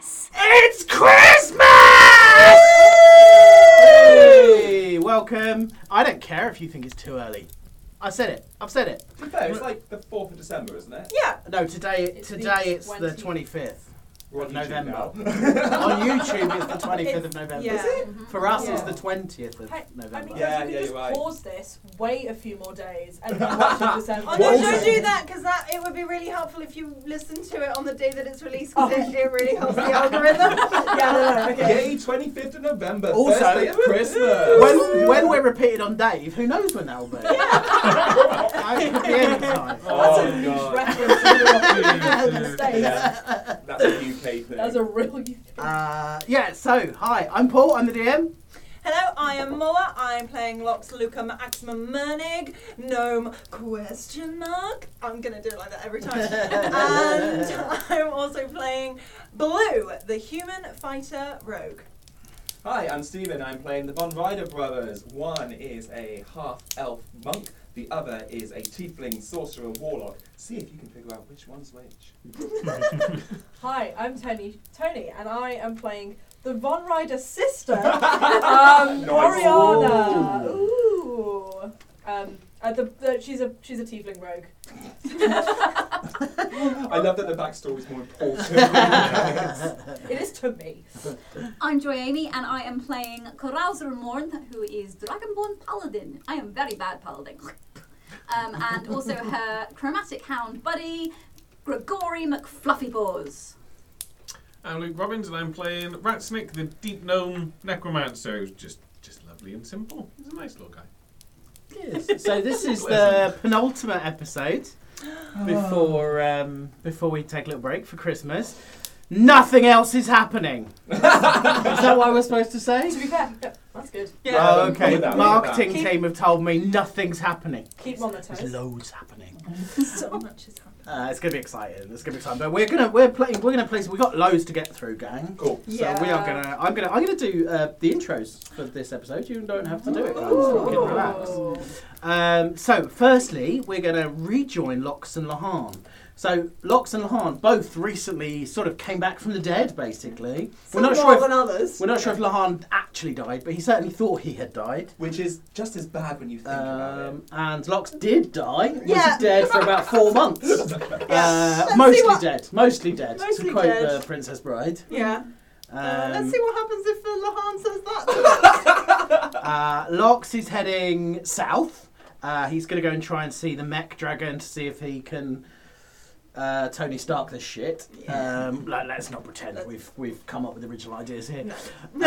It's Christmas! Hey, welcome. I don't care if you think it's too early. I said it. I've said it. To be fair, it's like the 4th of December, isn't it? Yeah. No, today It's the today it's the 20th. 25th. We're on November. YouTube now. On YouTube, it's the 25th of November. Yeah. For us, it's Yeah. the 20th of Hey, I mean, November. Yeah, guys, we yeah, could just you're right. pause this, wait a few more days, and then watch it December. Oh What no, was don't it? do that because that it would be really helpful if you listen to it on the day that it's released because it, it really helps the algorithm. Yeah, no, no, okay. Yay, 25th of November, Also- first day of Christmas. When, when we're repeated on Dave, who knows when that'll be? I could be any time. Oh, That's a God. niche reference to the Yeah. United States. Yeah. That's a UK thing. That's a real. Uh, yeah, so, hi, I'm Paul, I'm the DM. Hello, I am Moa. I'm playing Lox Luca Maximum Mernig, gnome question mark. I'm gonna do it like that every time. and I'm also playing Blue, the human fighter rogue. Hi, I'm Stephen. I'm playing the Von Ryder brothers. One is a half elf monk, the other is a tiefling sorcerer warlock. See if you can figure out which one's which. Hi, I'm Tony. Tony, and I am playing the Von Ryder sister, um, Oriana. Ooh. Um, uh, the, the, she's a she's a tiefling rogue. I love that the backstory is more important. than the It is to me. I'm Joyani and I am playing Carousal Morn, who is Dragonborn Paladin. I am very bad paladin. Um, and also her chromatic hound buddy, Gregory McFluffypaws. I'm Luke Robbins, and I'm playing Ratsnick, the deep gnome necromancer. Who's just, just lovely and simple. He's a nice little guy. So this is the penultimate episode before um, before we take a little break for Christmas. Nothing else is happening. is that what I was supposed to say? To be fair, yeah, that's good. Yeah. Oh, okay. Without- Marketing without. team have told me nothing's happening. Keep on the There's toes. loads happening. so much has happened. Uh, it's gonna be exciting. It's gonna be exciting. But we're gonna we're playing we're gonna play. We got loads to get through, gang. cool. So we are gonna. I'm gonna. I'm gonna do uh, the intros for this episode. You don't have to do it, guys. um, You can relax. Ooh. Um, so, firstly, we're going to rejoin Lox and Lahan. So, Lox and Lahan both recently sort of came back from the dead, basically. Some we're not more sure if than others. we're not sure if Lahan actually died, but he certainly thought he had died. Which is just as bad when you think about it. Um, and Lox did die. Was Yeah. dead for about four months. Uh, see mostly what- dead. Mostly dead. Mostly to quote dead. the Princess Bride. Yeah. Um, Uh, let's see what happens if uh, Lahan says that. Uh, Lox is heading south. Uh, he's going to go and try and see the mech dragon to see if he can uh, Tony Stark this shit. Um, like, let's not pretend Let- we've we've come up with original ideas here. No.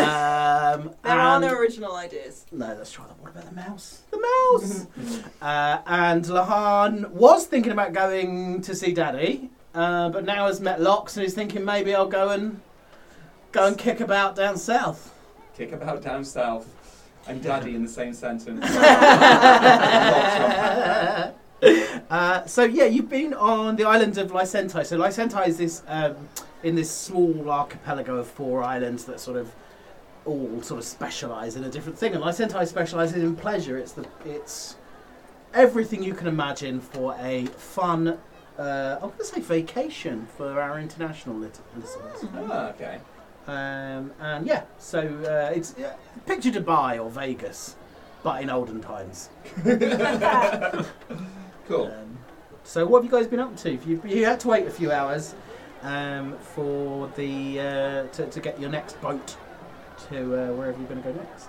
Um, there are no and- original ideas. no, let's try that. What about the mouse? The mouse. uh, and Lahan was thinking about going to see Daddy, uh, but now has met Lox and he's thinking maybe I'll go and go and kick about down south. Kick about down south and daddy in the same sentence. uh, so yeah, you've been on the island of Lysentai. So Lysentai is this um, in this small archipelago of four islands that sort of all sort of specialise in a different thing. And Lysentai specialises in pleasure. It's the it's everything you can imagine for a fun. Uh, I'm going to say vacation for our international lit- listeners. Ah, okay. Um, and yeah, so uh, it's uh, picture Dubai or Vegas, but in olden times. Cool. Um, so what have you guys been up to? You, you had to wait a few hours um, for the uh, to, to get your next boat to uh, wherever you're going to go next.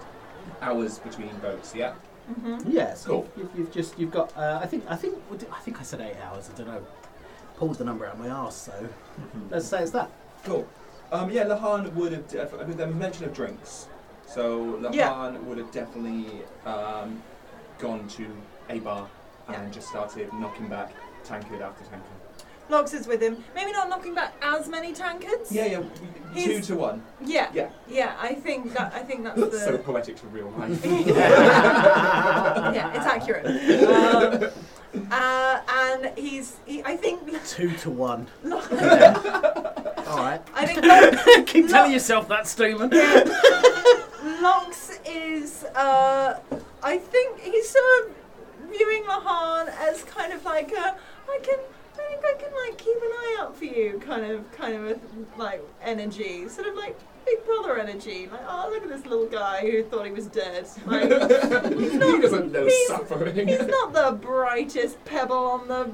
Hours between boats, yeah. Mm-hmm. Yeah, so Cool. you've, you've just you've got. Uh, I think I think what did- I think I said eight hours. I don't know. Pulled the number out of my arse, so let's say it's that. Cool. Um, yeah, Lahan would have. Def- I mean, there was mention of drinks, so Lahan Yeah. would have definitely um, gone to a bar and Yeah. just started knocking back tankard after tankard. Lox is with him. Maybe not knocking back as many tankards. Yeah, yeah, we- two He's- to one. Yeah. Yeah. Yeah, I think that I think that's the so poetic to real life. Yeah, it's accurate. Um, uh, and he's he, I think Two to one. All right. I think Lox, Keep telling yourself that, Stephen. Lox is uh, I think he's sort of viewing Lahan as kind of like a I can I think I can like keep an eye out for you you kind of kind of a, like energy, sort of like big brother energy. Like, oh look at this little guy who thought he was dead. Like he doesn't know he's- suffering. he's not the brightest pebble on the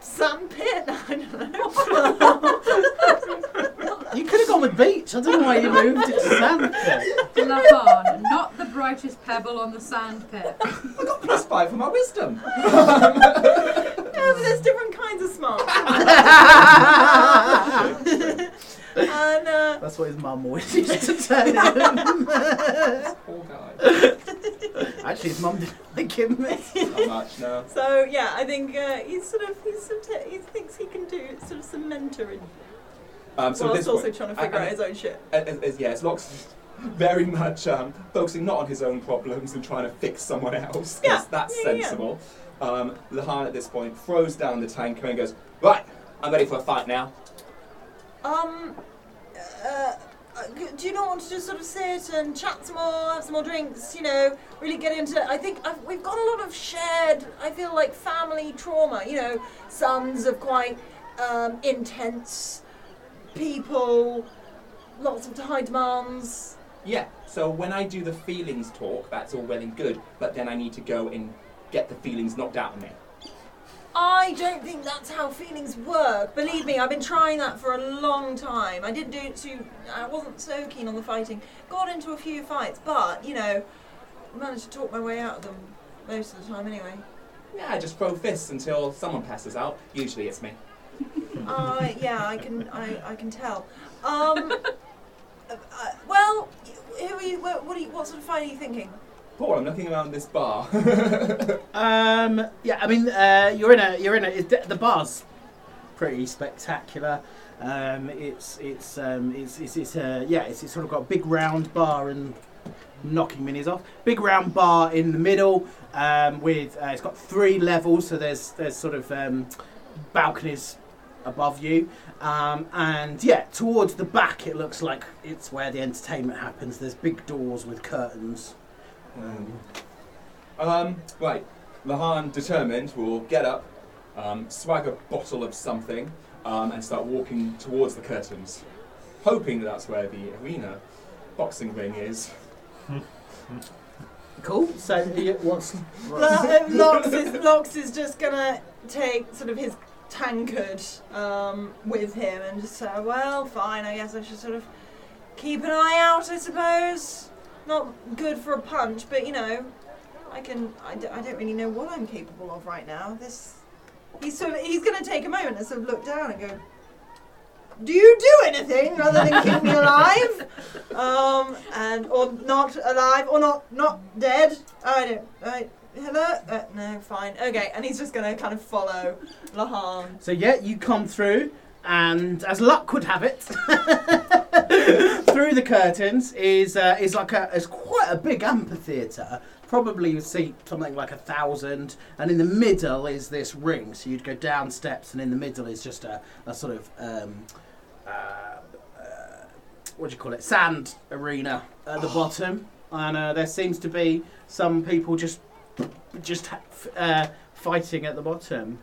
sandpit. I don't know. You could have gone with beach. I don't know why you moved it to sand. Lavan, not the brightest pebble on the sand pit. I got plus five for my wisdom. No, but there's different kinds of smart. and uh, That's what his mum always used to tell him. Poor guy. Actually, his mum didn't like him. Not much now. So yeah, I think uh, he's sort of he's sort of, he thinks he can do sort of some mentoring Um, so at this whilst also point- trying to I- uh, figure I- out his own shit. as, as, as, yes, Locke's very much um, focusing not on his own problems and trying to fix someone else, 'cause Yeah, that's yeah, yeah, yeah. sensible. Um, Lahan at this point throws down the tanker and goes, Right, I'm ready for a fight now. Um, uh, uh, do you not want to just sort of sit and chat some more, have some more drinks? You know, really get into. I think I've, we've got a lot of shared. I feel like family trauma. You know, sons of quite um, intense people, lots of high demands. Yeah, so when I do the feelings talk, that's all well and good, but then I need to go and get the feelings knocked out of me. I don't think that's how feelings work. Believe me, I've been trying that for a long time. I did do it to. I wasn't so keen on the fighting. Got into a few fights, but you know, managed to talk my way out of them most of the time. Anyway, Yeah, I just throw fists until someone passes out. Usually it's me. uh, yeah, I can. I, I can tell. Um, uh, uh, well, who are you, what, what, are you, what sort of fight are you thinking? Paul, I'm looking around this bar. Um, yeah, I mean, uh, you're in a, you're in a. It, the bar's pretty spectacular. Um, it's, it's, um, it's, it's, it's, uh, yeah, it's, it's sort of got a big round bar and knocking minis off. Big round bar in the middle um, with uh, it's got three levels, so there's there's sort of um, balconies above you, um, and yeah, towards the back it looks like it's where the entertainment happens. There's big doors with curtains. Um, right, Lahan determined will get up, um, swag a bottle of something, um, and start walking towards the curtains, hoping that that's where the arena boxing ring is. Cool. So you- what's Lo- uh, Lox is Lox is just gonna take sort of his tankard um, with him and just say, well, fine, I guess I should sort of keep an eye out, I suppose. Not good for a punch, but you know, I can. I, d- I don't really know what I'm capable of right now. This. He's sort of, he's gonna take a moment and sort of look down and go. Do you do anything rather than keep me alive, um, and or not alive or not not dead? I don't. I, Hello? Uh, no, fine. Okay, and he's just gonna kind of follow Lahan. So yeah, you come through, and as luck would have it, through the curtains is uh, is like a is quite a big amphitheater. Probably you see something like a thousand, and in the middle is this ring. So you'd go down steps, and in the middle is just a, a sort of um, uh, uh, what do you call it? Sand arena at the bottom, and uh, there seems to be some people just just ha- f- uh, fighting at the bottom.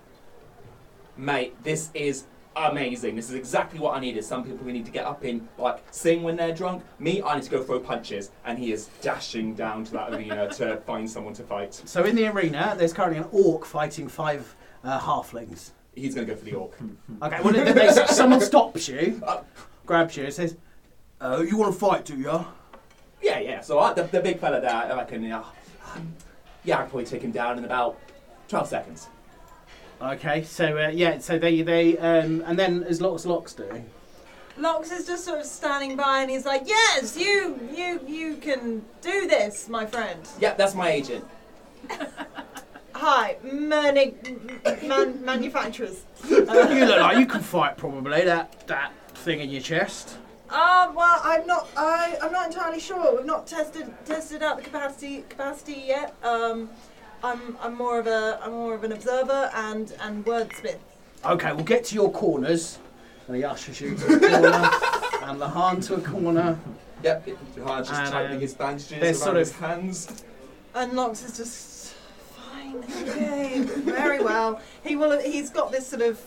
Mate, this is amazing. This is exactly what I needed. Some people we need to get up in, like, sing when they're drunk. Me, I need to go throw punches. And he is dashing down to that arena to find someone to fight. So in the arena, there's currently an orc fighting five uh, halflings. He's going to go for the orc. Okay, well, they, they, someone stops you, grabs you, and says, "Oh, you want to fight, do you?" Yeah, yeah. So I, the, the big fella there, I reckon, uh, um, yeah, I can probably take him down in about 12 seconds. Okay, so uh, yeah, so they they um, and then as lots locks do. Lox is just sort of standing by and he's like, Yes, you you you can do this, my friend. Yep, that's my agent. Hi, Mernig man, manufacturers. you look like you can fight, probably that that thing in your chest. Um, well, I'm not. I, I'm not entirely sure. We've not tested tested out the capacity capacity yet. Um, I'm, I'm more of a I'm more of an observer and and wordsmith. Okay, we'll get to your corners. And he ushers you to a corner, and Lahan to a corner. Yep, it- Johan's just And, tightening um, his bandages they're around sort his of- hands. And Lox is just fine. Okay, very well. He will. He's got this sort of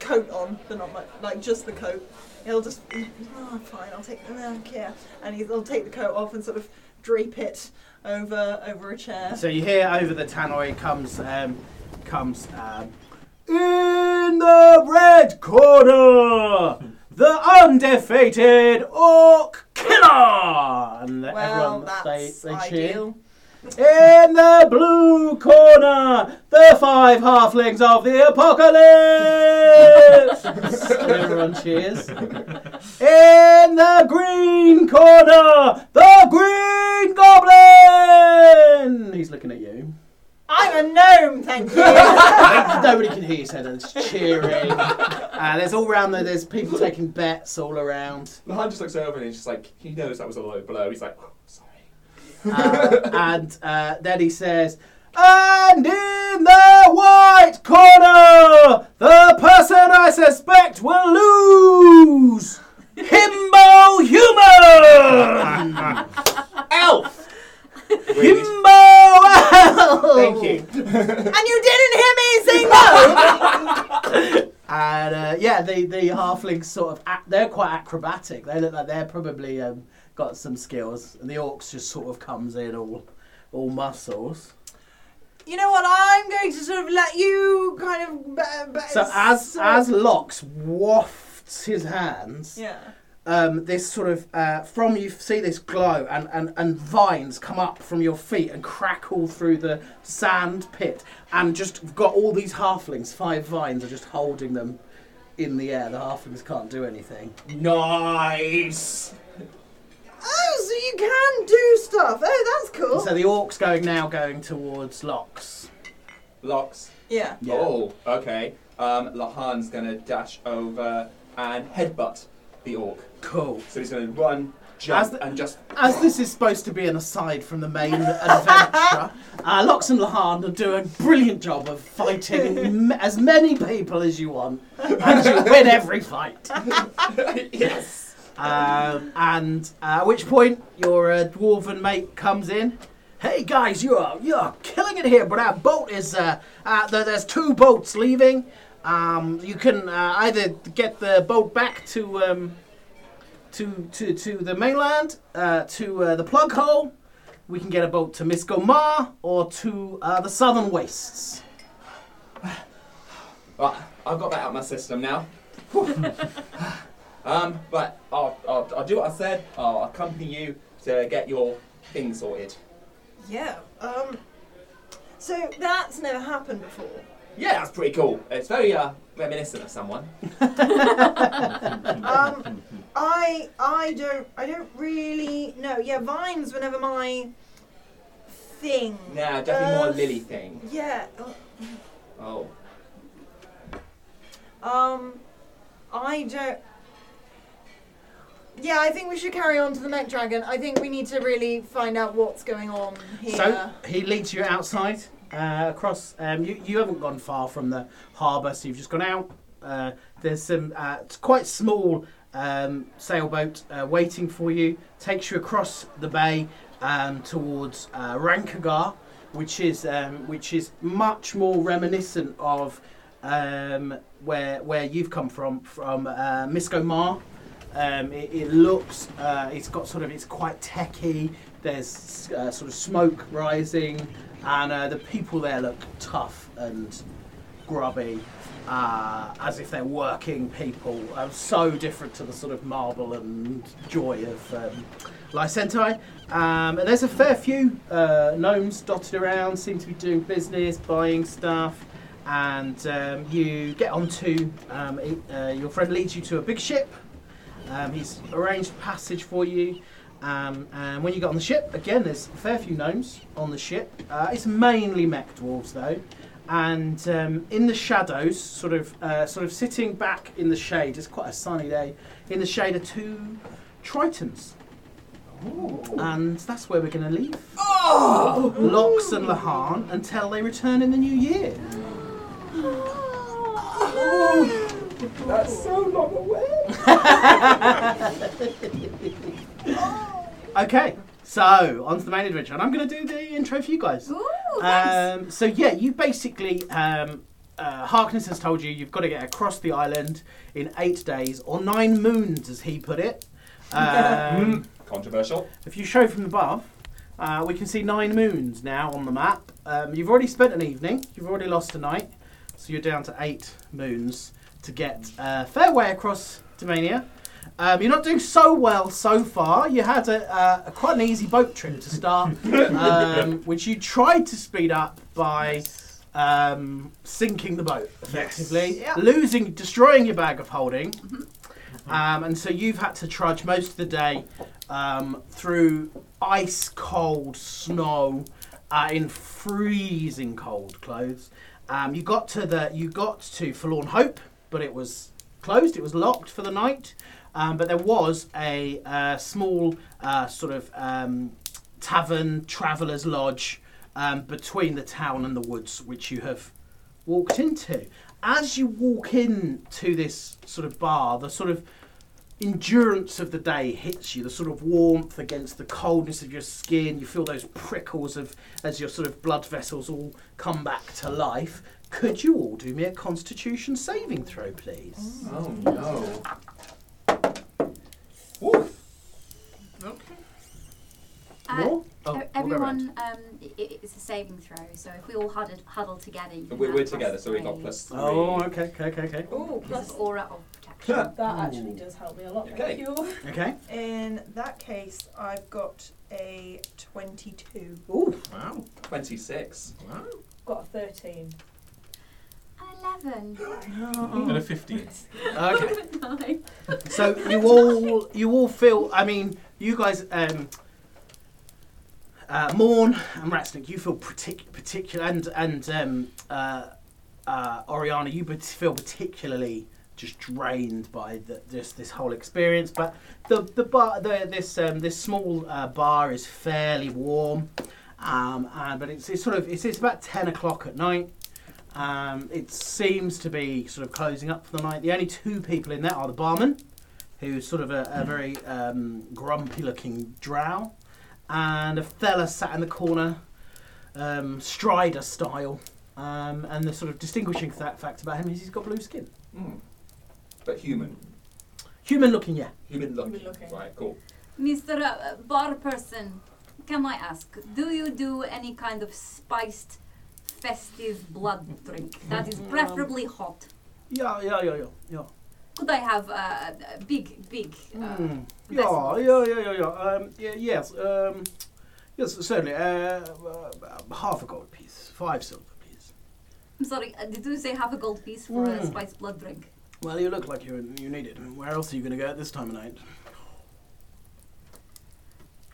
coat on, but not much, like just the coat. He'll just, oh, fine, I'll take, I don't care. And he'll take the coat off and sort of drape it over over a chair. So you hear over the tannoy comes um, comes um, in the red corner the undefeated orc killer, and the- Well, everyone that's they, they cheer. ideal. In the blue corner, the five halflings of the apocalypse. Everyone cheers. In the green corner, the green goblin. He's looking at you. I'm a gnome, thank you. Nobody can hear you, so there's cheering. Uh, there's all round there. There's people taking bets all around, Lahan just looks over and he's just like, he knows that was a low blow. He's like, "Oh, sorry. Uh, and uh, then he says, "And in the white corner, the person I suspect will lose." Himbo human! Elf! Really? Himbo! Thank you. and you didn't hear me say no. And uh, yeah, the the halflings sort of ac- they're quite acrobatic. They look like they're probably um, got some skills, and the orcs just sort of comes in all all muscles. you know what? I'm going to sort of let you kind of. b- b- So as sort as of- Lox wafts his hands, yeah. um, this sort of uh, from you see this glow and, and, and vines come up from your feet and crackle through the sand pit and just got all these halflings five vines are just holding them in the air the halflings can't do anything Nice! Oh, so you can do stuff. Oh, that's cool. so the orcs going now going towards locks Locks. yeah. Yeah. Oh, okay. Um, Lahan's gonna dash over and headbutt the orc. cool So he's gonna run, jump, As the- and just. as this is supposed to be an aside from the main adventure, uh, Lox and Lahan are doing a brilliant job of fighting m- as many people as you want, and you win every fight. yes! Um, and uh, at which point your uh, dwarven mate comes in. Hey guys, you are you are killing it here, but our boat is uh, uh there, there's two boats leaving. Um, you can uh, either get the boat back to um, to to to the mainland, uh, to uh, the plug hole. We can get a boat to Miscomar or to uh, the southern wastes. Right, I've got that out of my system now. um, but I'll, I'll, I'll do what I said. I'll accompany you to get your thing sorted. Yeah. Um. So that's never happened before. Yeah, that's pretty cool. It's very uh, reminiscent of someone. Um, I I don't I don't really know. Yeah, vines were never my thing. Nah, definitely more Uh, a Lily thing. Yeah. uh, Oh. Um, I don't. Yeah, I think we should carry on to the mech dragon. I think we need to really find out what's going on here. So he leads you outside uh, across. Um, you, you haven't gone far from the harbour, so you've just gone out. Uh, there's some uh, it's quite small um, sailboat uh, waiting for you. Takes you across the bay um, towards uh, Rankagar, which is um, which is much more reminiscent of um, where where you've come from from uh, Miscomar. Um, it, it looks, uh, it's got sort of, it's quite techy. There's uh, sort of smoke rising, and uh, the people there look tough and grubby, uh, as if they're working people. Uh, so different to the sort of marble and joy of um, Lysentai. Um, and there's a fair few uh, gnomes dotted around, seem to be doing business, buying stuff. And um, you get onto, um, it, uh, your friend leads you to a big ship. Um, he's arranged passage for you. Um, and when you get on the ship, again, there's a fair few gnomes on the ship. Uh, it's mainly mech dwarves, though. And um, in the shadows, sort of, uh, sort of sitting back in the shade, it's quite a sunny day. In the shade are two tritons, and that's where we're going to leave. Oh! Lox and Lahan until they return in the new year. That's so long away. Okay, so on to the main adventure, and I'm going to do the intro for Um, you guys. Ooh, thanks. Um, so yeah, you basically um, uh, Harkness has told you you've got to get across the island in eight days or nine moons, as he put it. Um, Controversial. If you show from above, uh, we can see nine moons now on the map. Um, you've already spent an evening, you've already lost a night, so you're down to eight moons to get a fair way across Domania. Um, you're not doing so well so far. You had a, uh, a quite an easy boat trip to start, um, which you tried to speed up by um, sinking the boat effectively, Yeah. losing, destroying your bag of holding, um, and so you've had to trudge most of the day um, through ice cold snow uh, in freezing cold clothes. Um, you got to the you got to Forlorn Hope, but it was closed. It was locked for the night. Um, but there was a uh, small uh, sort of um, tavern traveller's lodge um, between the town and the woods, which you have walked into. As you walk in to this sort of bar, the sort of endurance of the day hits you the sort of warmth against the coldness of your skin you feel those prickles of as your sort of blood vessels all come back to life could you all do me a constitution saving throw please Oh no. Woo. Okay. Uh, More? e- Oh, we'll go round. everyone, um, i i- it's a saving throw, so if we all huddle, huddle together, you We're, can we're add together, plus so we got three. plus three. oh okay okay okay okay Ooh, Plus plus. aura of protection. That actually does help me a lot. Okay. Thank you. okay In that case, I've got a 22. Ooh. Wow. 26. Wow. Got a 13. An Eleven. And a 15. okay Nine. So you all you all feel. I mean, you guys, um, uh, Morn and Ratsnick, you feel partic- particular, and and um, uh, uh, Oriana, you pat- feel particularly just drained by the, just this whole experience. But the the bar, the, this um, this small uh, bar is fairly warm, um, and, but it's, it's sort of it's, it's about ten o'clock at night. Um, it seems to be sort of closing up for the night. The only two people in there are the barman, who's sort of a, a very um, grumpy-looking drow, and a fella sat in the corner, um, Strider style. Um, and the sort of distinguishing fa- fact about him is he's got blue skin, Mm. But human. human-looking. Yeah. Human looking. Human looking. Right, cool. Mr. Uh, bar person, can I ask, do you do any kind of spiced, festive blood drink that Mm. is preferably hot? Yeah, yeah, yeah, yeah, yeah. Could I have uh, a big, big? Uh, Mm. Yeah, yeah, yeah, yeah, yeah. Um, yeah yes, um, yes, certainly. Uh, uh, half a gold piece, five silver piece. I'm sorry, uh, did you say half a gold piece for a Mm. spiced blood drink? Well, you look like you you need it. Where else are you going to go at this time of night?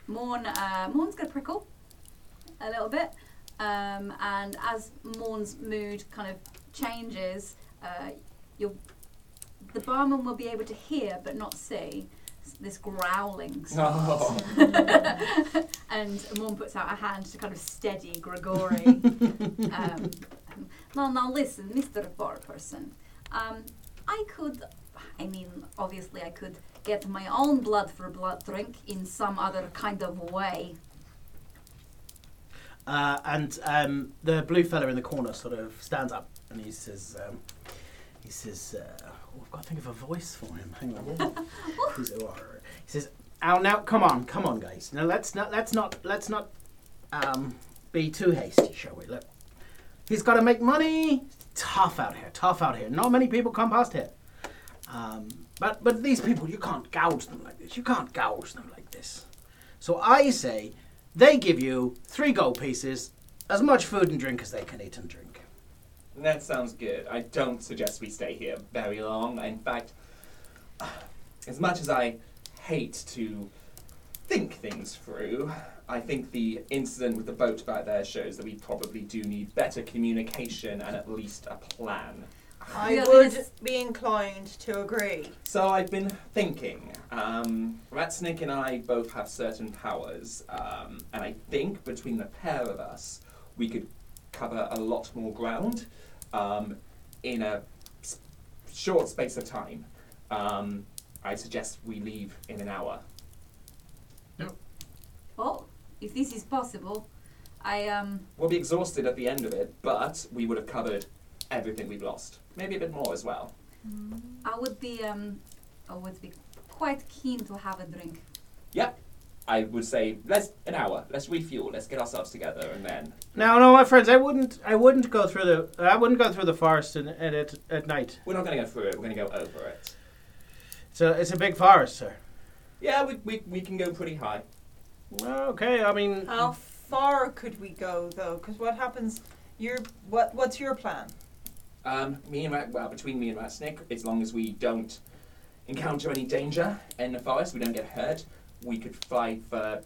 Morn, uh, Morn's gonna prickle a little bit, um, and as Morn's mood kind of changes, uh, you'll the barman will be able to hear but not see s- this growling sound. Oh. and Morn puts out a hand to kind of steady Grigori. um, now, now listen, Mr. Bar person. Um, I could, I mean, obviously, I could get my own blood for blood drink in some other kind of way. Uh, and um, the blue fella in the corner sort of stands up and he says, um, he says, uh, oh, I've got to think of a voice for him. Hang on. He's- oh, he says, "Now, now, come on, come on, guys. Now let's not, let's not, let's not um, be too hasty, shall we? Look, he's got to make money. Tough out here, tough out here. Not many people come past here. Um, but but these people, you can't gouge them like this. You can't gouge them like this. So I say." They give you three gold pieces, as much food and drink as they can eat and drink. That sounds good. I don't suggest we stay here very long. In fact, as much as I hate to think things through, I think the incident with the boat back there shows that we probably do need better communication and at least a plan. We I are would gonna s- be inclined to agree. So I've been thinking. Um, Ratsnick and I both have certain powers, um, and I think between the pair of us, we could cover a lot more ground um, in a s- short space of time. Um, I suggest we leave in an hour. Well, if this is possible, I um, We'll be exhausted at the end of it, but we would have covered everything we've lost. Maybe a bit more as well. I would be um, I would be quite keen to have a drink. Yep. I would say let's an hour. Let's refuel. Let's get ourselves together, and then Now, no, my friends, I wouldn't, I wouldn't go through the, I wouldn't go through the forest in, at, at at night. we're not going to go through it. We're going to go over it. So it's a big forest, sir. Yeah, we, we, we can go pretty high. Well, okay, I mean, How far could we go though? Because what happens? Your what? What's your plan? Um, me and Rat, well, between me and Rat Snake, as long as we don't encounter any danger in the forest, we don't get hurt, we could fly for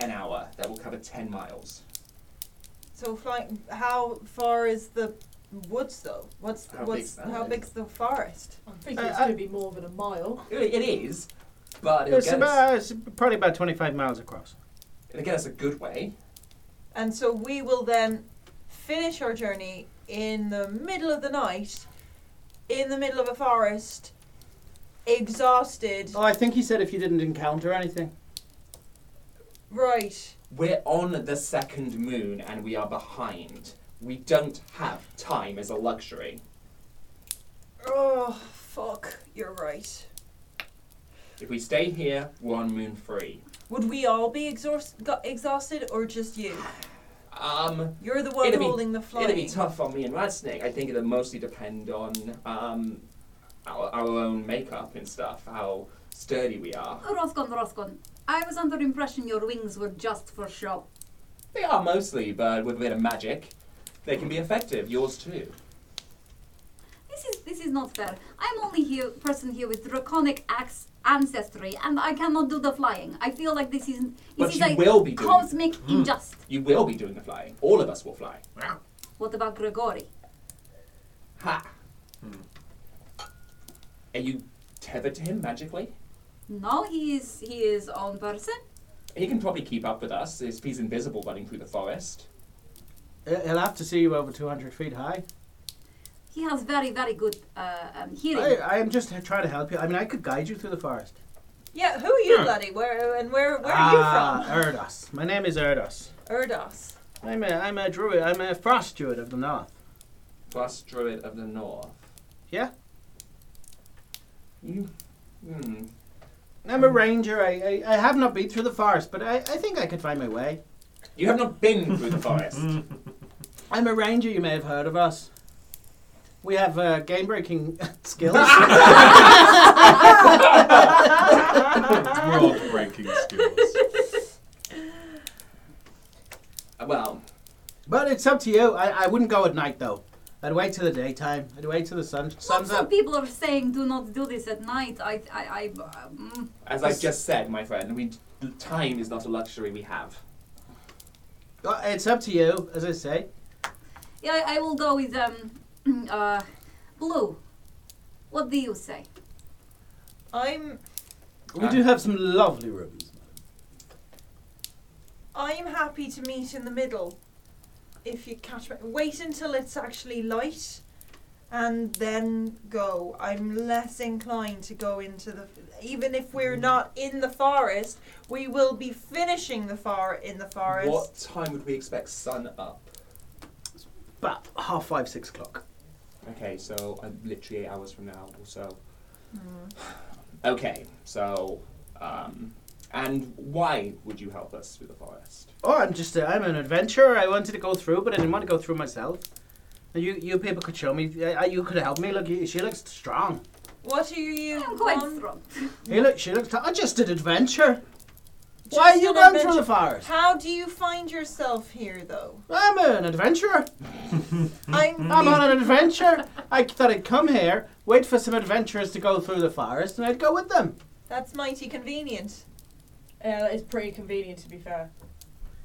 an hour. That will cover 10 miles. So flying. How far is the woods though? What's How what's big's that how then? big's the forest? I think it's Uh, going to be more than a mile. It, it is, but it'll it's get, us, about, it's probably about twenty-five miles across. it'll get us a good way. And so we will then finish our journey in the middle of the night, in the middle of a forest, exhausted. Oh, I think he said if you didn't encounter anything. Right. We're on the second moon and we are behind. We don't have time as a luxury. Oh fuck. You're right. If we stay here, we're on moon three. Would we all be exhaust- got exhausted or just you? Um, You're the one It'll be- holding the flying. It'd be tough on me and Rat Snake. I think it'll mostly depend on um, our, our own makeup and stuff, how sturdy we are. Roscon, Roscon, I was under impression your wings were just for show. They are mostly, but with a bit of magic, they can be effective. Yours too. This is this is not fair. I'm only here person here with draconic ax- ancestry, and I cannot do the flying. I feel like this is But this is you a will be doing- Hmm. cosmic injustice. You will be doing the flying. All of us will fly. What about Grigori? Ha! Hmm. Are you tethered to him magically? No, he is he is own person. He can probably keep up with us if he's invisible running through the forest. He- He'll have to see you over two hundred feet high. He has very very good uh, um, hearing. I, I am just trying to help you. I mean, I could guide you through the forest. Yeah, who are you, Yeah. bloody? Where and where? Where ah, are you Erdos. My name is Erdos. from? Erdos. I'm a, I'm a druid. I'm a frost druid of the north. Plus, Druid of the North. Yeah. You. Hmm. I'm a ranger. I, I, I have not been through the forest, but I, I think I could find my way. You have not been through the forest. Mm. I'm a ranger. You may have heard of us. We have uh, game breaking skills. World breaking skills. Uh, Well, But it's up to you. I, I wouldn't go at night though. I'd wait till the daytime. I'd wait till the sun Lots sun's of up. people are saying do not do this at night. I I, I um, as I've just said, my friend, we time is not a luxury we have. Uh, It's up to you, as I say. yeah I, I will go with um uh blue. What do you say? I'm We do have some lovely rooms. I'm happy to meet in the middle. If you catch me, wait until it's actually light, and then go. I'm less inclined to go into the. Even if we're not in the forest, we will be finishing the far in the forest. What time would we expect sun up? About half five, six o'clock. Okay, so uh, literally eight hours from now or so. Mm. Okay, so um, and why would you help us through the forest? Oh, I'm just a, I'm an adventurer. I wanted to go through, but I didn't want to go through myself. You you people could show me. Uh, you could help me. Look, you- she looks strong. What are you? I'm quite on? strong. He look, she looks. I just an adventure. Why are Just you an going through adventure- the forest? How do you find yourself here, though? I'm an adventurer. I'm. I'm on an adventure. I thought I'd come here, wait for some adventurers to go through the forest, and I'd go with them. That's mighty convenient. Yeah, that is Uh, pretty convenient to be fair.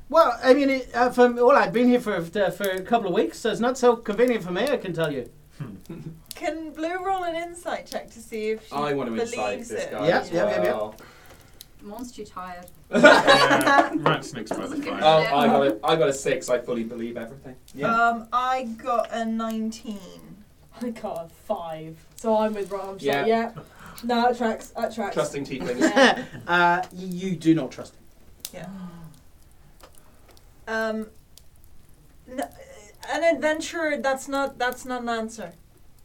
Well, I mean, it, uh, for, well, I've been here for uh, for a couple of weeks, so it's not so convenient for me. I can tell you. Can Blue roll an insight check to see if she I want to incite believes this it? guy. Yeah, as yeah, yeah, yeah. well. Monster tired. Yeah, rat snakes Uh, by the fire. Oh, I got a, I got a six. I fully believe everything. Yeah. Um, I got a nineteen. I got a five, so I'm with Rob. I'm just Yeah. like, yeah. No, that tracks. Uh, That tracks. Trusting tieflings. Yeah. Uh, you do not trust me. Um, n- an adventurer. That's not. That's not an answer.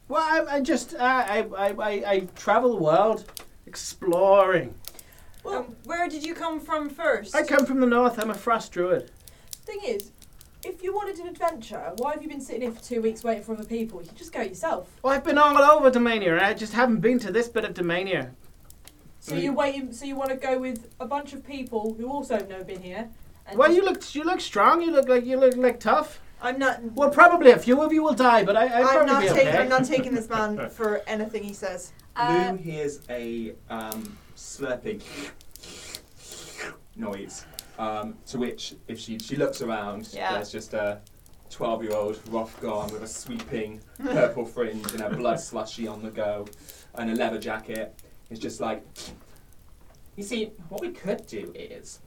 Well, I'm, I'm just uh, I, I, I, I travel the world, exploring. Um, where did you come from first? I come from the north. I'm a frost druid. Thing is, if you wanted an adventure, why have you been sitting here for two weeks waiting for other people? You could just go yourself. Well, I've been all over Domania. and I just haven't been to this bit of Domania. So you're waiting. So you want to go with a bunch of people who also have never been here. And Well, you look you look strong. You look like you look like tough. I'm not. Well, probably a few of you will die, but I I'd I'm probably not be taking. okay. I'm not taking this man for anything he says. Uh, Lou hears a um, slurping noise, um, to which, if she, she looks around, Yeah. there's just a 12 year old Rothgarn with a sweeping purple fringe and a blood slushy on the go and a leather jacket. It's just like, you see, what we could do is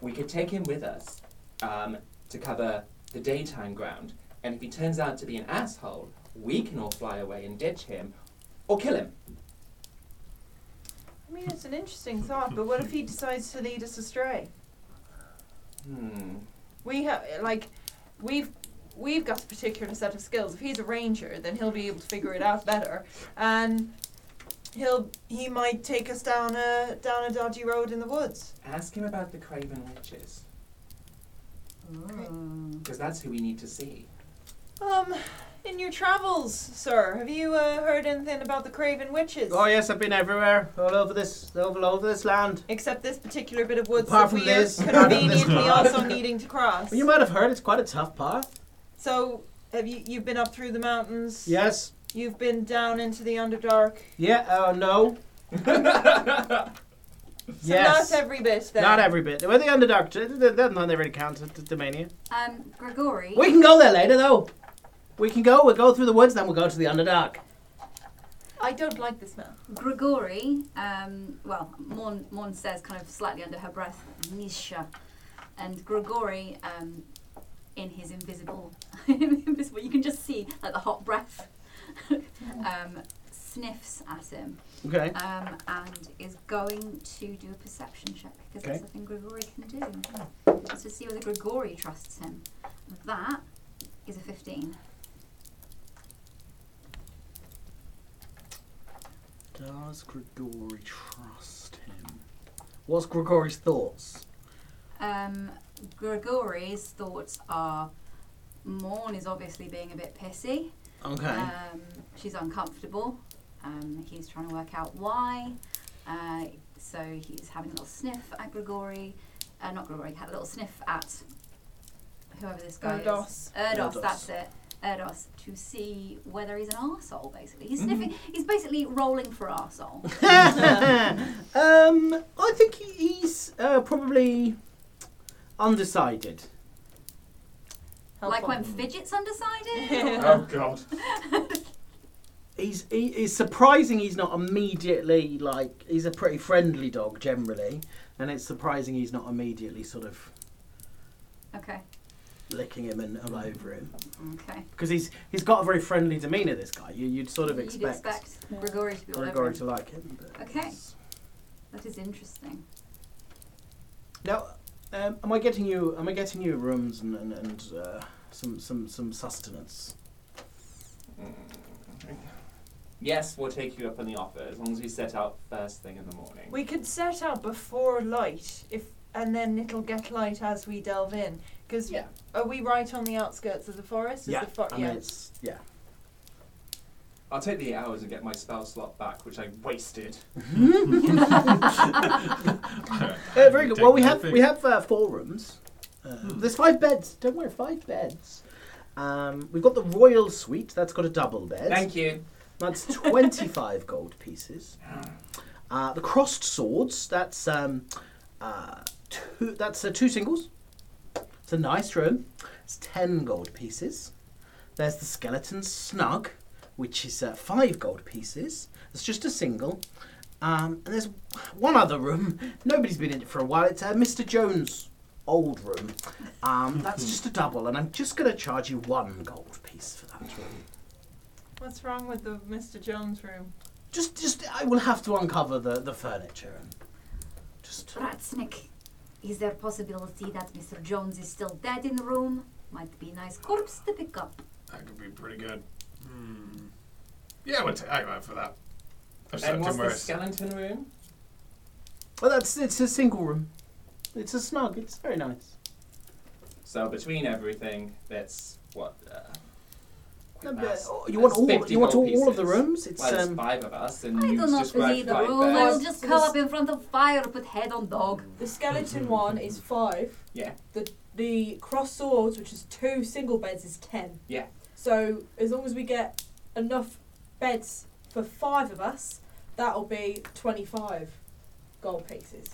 we could take him with us um, to cover the daytime ground, and if he turns out to be an asshole, we can all fly away and ditch him or kill him. I mean, it's an interesting thought, but what if he decides to lead us astray? Hmm. We have like, we've we've got a particular set of skills. If he's a ranger, then he'll be able to figure it out better, and he'll he might take us down a down a dodgy road in the woods. Ask him about the Craven Witches, Hmm. because that's who we need to see. Um, in your travels, sir, have you uh, heard anything about the Craven witches? Oh yes, I've been everywhere, all over this, all over this land. Except this particular bit of woods Apart that from we this- are apart from this conveniently part. also needing to cross. Well, you might have heard it's quite a tough path. so, have you you've been up through the mountains? Yes. You've been down into the Underdark. Yeah. Oh no. So yes. not every bit then. Not every bit. Well, the underdog. That's not really counts as Domania. um, Grigori. We can go there later, though. We can go. We'll go through the woods, then we'll go to the underdark. I don't like this man. Grigori, um, well, Morn, Morn says kind of slightly under her breath, Nisha. And Grigori, um, in his invisible, invisible, you can just see like the hot breath, um, sniffs at him Okay. um, and is going to do a perception check because Okay. that's the thing Grigori can do. Just to see whether Grigori trusts him. That is a 15. Does Grigori trust him? What's Grigori's thoughts? Um, Grigori's thoughts are Morn is obviously being a bit pissy. Okay. Um, she's uncomfortable. Um, he's trying to work out why. Uh, so he's having a little sniff at Grigori. Uh, not Grigori, had a little sniff at whoever this guy Erdos. is. Erdos. Erdos. that's it. Erdos, to see whether he's an arsehole, basically. He's Mm-hmm. sniffing, he's basically rolling for arsehole. um, I think he's uh, probably undecided. like Helpful. when Fidget's undecided. or- oh God! He's he, it's surprising he's not immediately like he's a pretty friendly dog generally, and it's surprising he's not immediately sort of Okay, licking him and all over him okay. because he's he's got a very friendly demeanour. This guy, you, you'd sort of You'd expect, expect Grigori to be all over Grigori him. to like him. But Okay. That is interesting. Now, um, am I getting you? Am I getting you rooms and and, and uh, some some some sustenance? Hmm. Yes, we'll take you up on the offer as long as we set out first thing in the morning. We could set out before light, if and then it'll get light as we delve in. Because Yeah. are we right on the outskirts of the forest? Is yeah, The fo- I mean yeah. it's yeah. I'll take the eight hours and get my spell slot back, which I wasted. Uh, very good. Well, we have Perfect. we have uh, four rooms. Uh, Hmm. There's five beds. Don't worry, five beds. Um, we've got the royal suite. That's got a double bed. Thank you. That's twenty-five gold pieces. Uh, the crossed swords. That's um, uh, two. That's uh, two singles. It's a nice room. It's ten gold pieces. There's the skeleton snug, which is uh, five gold pieces. It's just a single. Um, and there's one other room. Nobody's been in it for a while. It's uh, Mr. Jones' old room. Um, that's just a double, and I'm just going to charge you one gold piece for that room. What's wrong with the Mr. Jones room? Just, just, I will have to uncover the, the furniture and just. Ratsnick, is there possibility that Mr. Jones is still dead in the room? Might be nice corpse to pick up. That could be pretty good. Hmm. Yeah, we'll take out for that. And I've slept what's in the worse. skeleton room? Well, that's it's a single room. It's a snug. It's very nice. So between everything, that's what. Uh, No, but, that's- oh, you want that's all 50 you want all, gold all of the pieces. rooms. It's well, there's um, five of us, and I you do not just grabbed see the five rule. I there. will just curl up in front of fire, put head on dog. The skeleton one is five. Yeah. The the cross swords, which is two single beds, is ten. Yeah. So as long as we get enough beds for five of us, that'll be twenty-five gold pieces.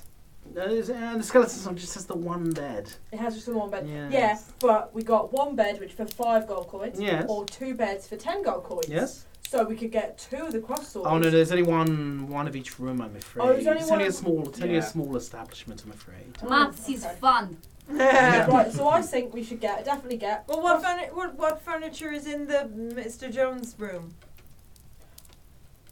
no, there's- and the skeleton song just has the one bed. It has just the one bed. Yes. Yeah, but we got one bed which for five gold coins, Yes. or two beds for ten gold coins. Yes. So we could get two of the cross swords. Oh no, there's only one one of each room. I'm afraid. Oh, there's only it's only a one- small it's only a Yeah. small establishment. I'm afraid. Oh, Maths is okay. fun. Right. So I think we should get definitely get. Well, what, furni- what, what furniture is in the Mr. Jones room?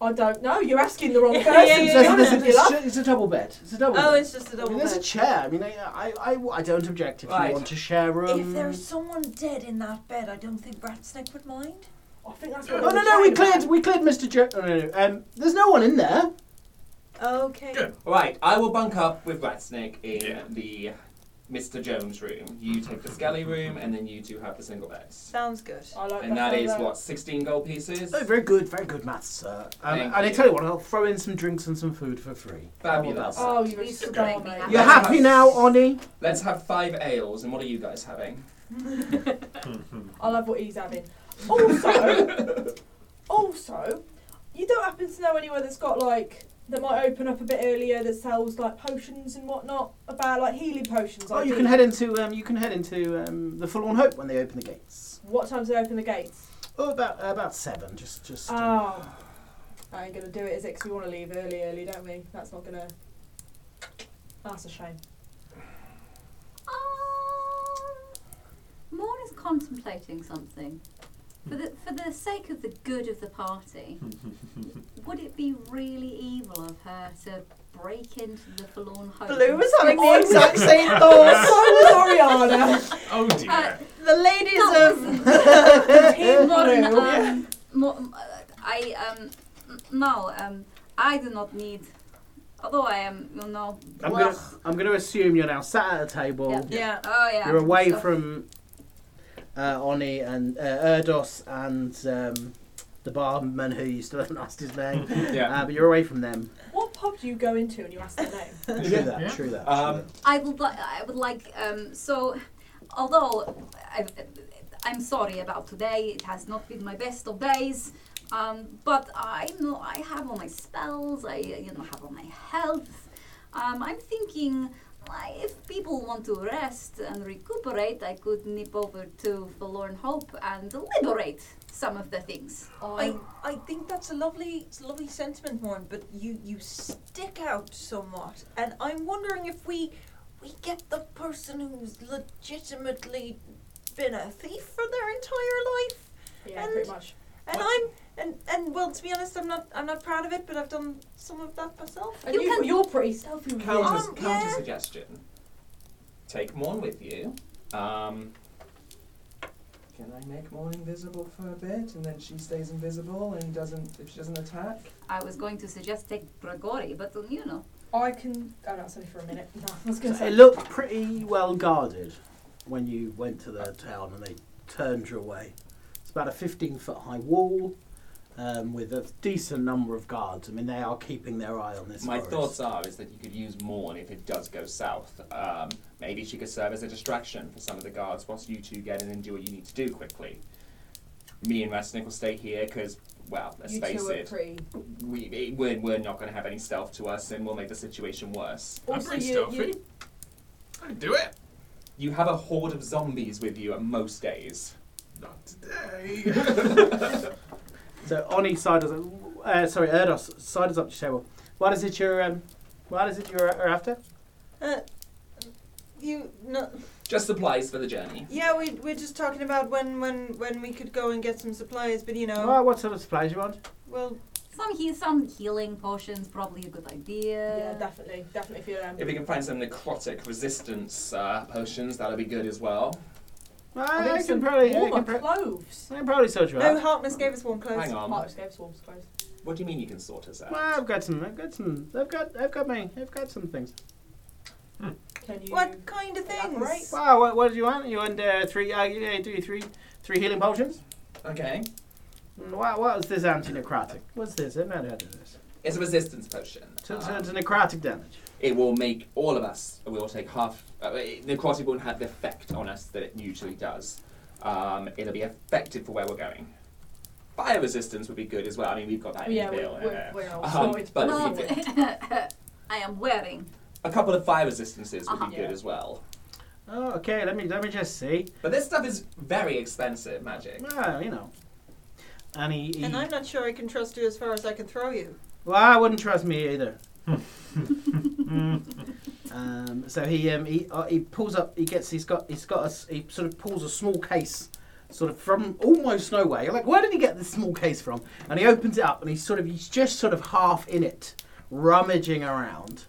I don't know. You're asking the wrong Yeah, person. yeah, to yeah, be yeah. honest with you, love. it's, a, it's a double bed. It's a double. Oh, bed. it's just a I double mean, there's a bed. chair. I mean, I, I, I, I don't object if Right. you want to share a room. If there's someone dead in that bed, I don't think Ratsnick would mind. I think that's Oh what no we were no, we chatting about. cleared we cleared Mr. Jo- no, no, no, um, there's no one in there. Okay. Good. Right, I will bunk up with Rat Snake in Yeah. the Mr. Jones room. You take the Skelly room, and then you two have the single beds. Sounds good. I like And that sound is better. what sixteen gold pieces. Oh, very good, very good maths, sir. Um, Thank and I you. tell you what, I'll throw in some drinks and some food for free. How about Fabulous. that? Oh, you're a Please star, make me mate. happy. You're Yeah. happy now, Oni? Let's have five ales, and what are you guys having? I love what he's having. Also, also, you don't happen to know anywhere that's got like that might open up a bit earlier that sells like potions and whatnot about like healing potions. Oh, like you the- can head into um, you can head into um, the Forlorn Hope when they open the gates. What time do they open the gates? Oh, about about seven. Just just. um, Oh, I ain't gonna do it, is it? 'Cause we want to leave early, early, don't we? That's not gonna. That's a shame. Um, Morn is contemplating something. For the, for the sake of the good of the party, would it be really evil of her to break into the forlorn hope? Blue and was having the Orange. exact same Oh, thoughts. so was Oriana. oh dear. Uh, The ladies That of Team Morn, Blue. um, Mor- m- uh, I um, n- no, um, I do not need. Although I am, you know, I'm blah. gonna I'm gonna assume you're now sat at a table. Yeah. yeah. oh yeah, You're away so- from uh, Oni and uh, Erdos and um, the barman who you still haven't asked his name. Yeah. Uh, but you're away from them. What pub do you go into and you ask their name? True Yeah. that. Yeah. True that. Um, true that. I would like. I would like. Um, so, although I, I'm sorry about today, it has not been my best of days. Um, but I know I have all my spells. I uh, you know have all my health. Um, I'm thinking. like, If people want to rest and recuperate, I could nip over to Forlorn Hope and liberate some of the things. I, I think that's a lovely it's a lovely sentiment, Morn, but you, you stick out somewhat. And I'm wondering if we we get the person who's legitimately been a thief for their entire life. Yeah, And- pretty much. And I'm and and well to be honest I'm not I'm not proud of it, but I've done some of that myself. And You you can- you're pretty stealthy. with Counter, yours. Um, counter yeah. suggestion. Take Morn with you. Um, can I make Morn invisible for a bit, and then she stays invisible and doesn't if she doesn't attack? I was going to suggest take Grigori, but um, you know, I can. Oh, that's only for a minute. No, I was gonna So it say. looked pretty well guarded when you went to the town and they turned you away. It's about a 15 foot high wall um, with a decent number of guards. I mean, they are keeping their eye on this. My forest. thoughts are is that you could use Morn if it does go south. Um, maybe she could serve as a distraction for some of the guards whilst you two get in and do what you need to do quickly. Me and Rasnick will stay here because, well, let's you face two are it, pretty. we, it- we're, we're not going to have any stealth to us and we'll make the situation worse. I'm Also, pretty you, stealthy. you, I do it. You have a horde of zombies with you on most days. Not today. So Oni sidles up. Uh, sorry, Erdos sidles up to the table. What is it you're? Um, what is it you're are after? Uh, you no, Just supplies for the journey. yeah, we we're just talking about when when when we could go and get some supplies, but you know, Oh, what sort of supplies you want? well, some he- some healing potions probably a good idea. yeah, definitely, um, definitely for them. If we can find some necrotic resistance uh, potions, that'll be good as well. I I, think I can some probably, I warmer can, pro- clothes. I can probably sort you No, out. Harkness gave us warm clothes. Hang on. March gave Swarms clothes. What do you mean you can sort us out? Well, I've got some. I've got some. I've got. I've got my. I've got some things. Can you? What kind of things? Elaborate. Wow. What, what do you want? You want uh, three? Uh, yeah, do you three? Three healing potions? Okay. What, what is this anti-necrotic? What's this? I've not heard of this. It's a resistance potion. So, so Ah. Um, it's a necrotic damage. it will make all of us, we will take half, uh, it- necrotic won't have the effect on us that it usually does. Um, it'll be effective for where we're going. Fire resistance would be good as well. I mean, we've got that Yeah, in the we're, bill. we're, uh, we're all um, sorted. but Well, if you did- I am wearing. a couple of fire resistances would Uh-huh. be good Yeah. as well. Oh, okay. Let me let me just see. But this stuff is very expensive magic. Well, you know. And he. he And I'm not sure I can trust you as far as I can throw you. well, I wouldn't trust me either. um, so he um, he uh, he pulls up. He gets. He's got. He's got. A, s- he sort of pulls a small case. Sort of from almost nowhere. You're like, where did he get this small case from? And he opens it up, and he's sort of he's just sort of half in it, rummaging around,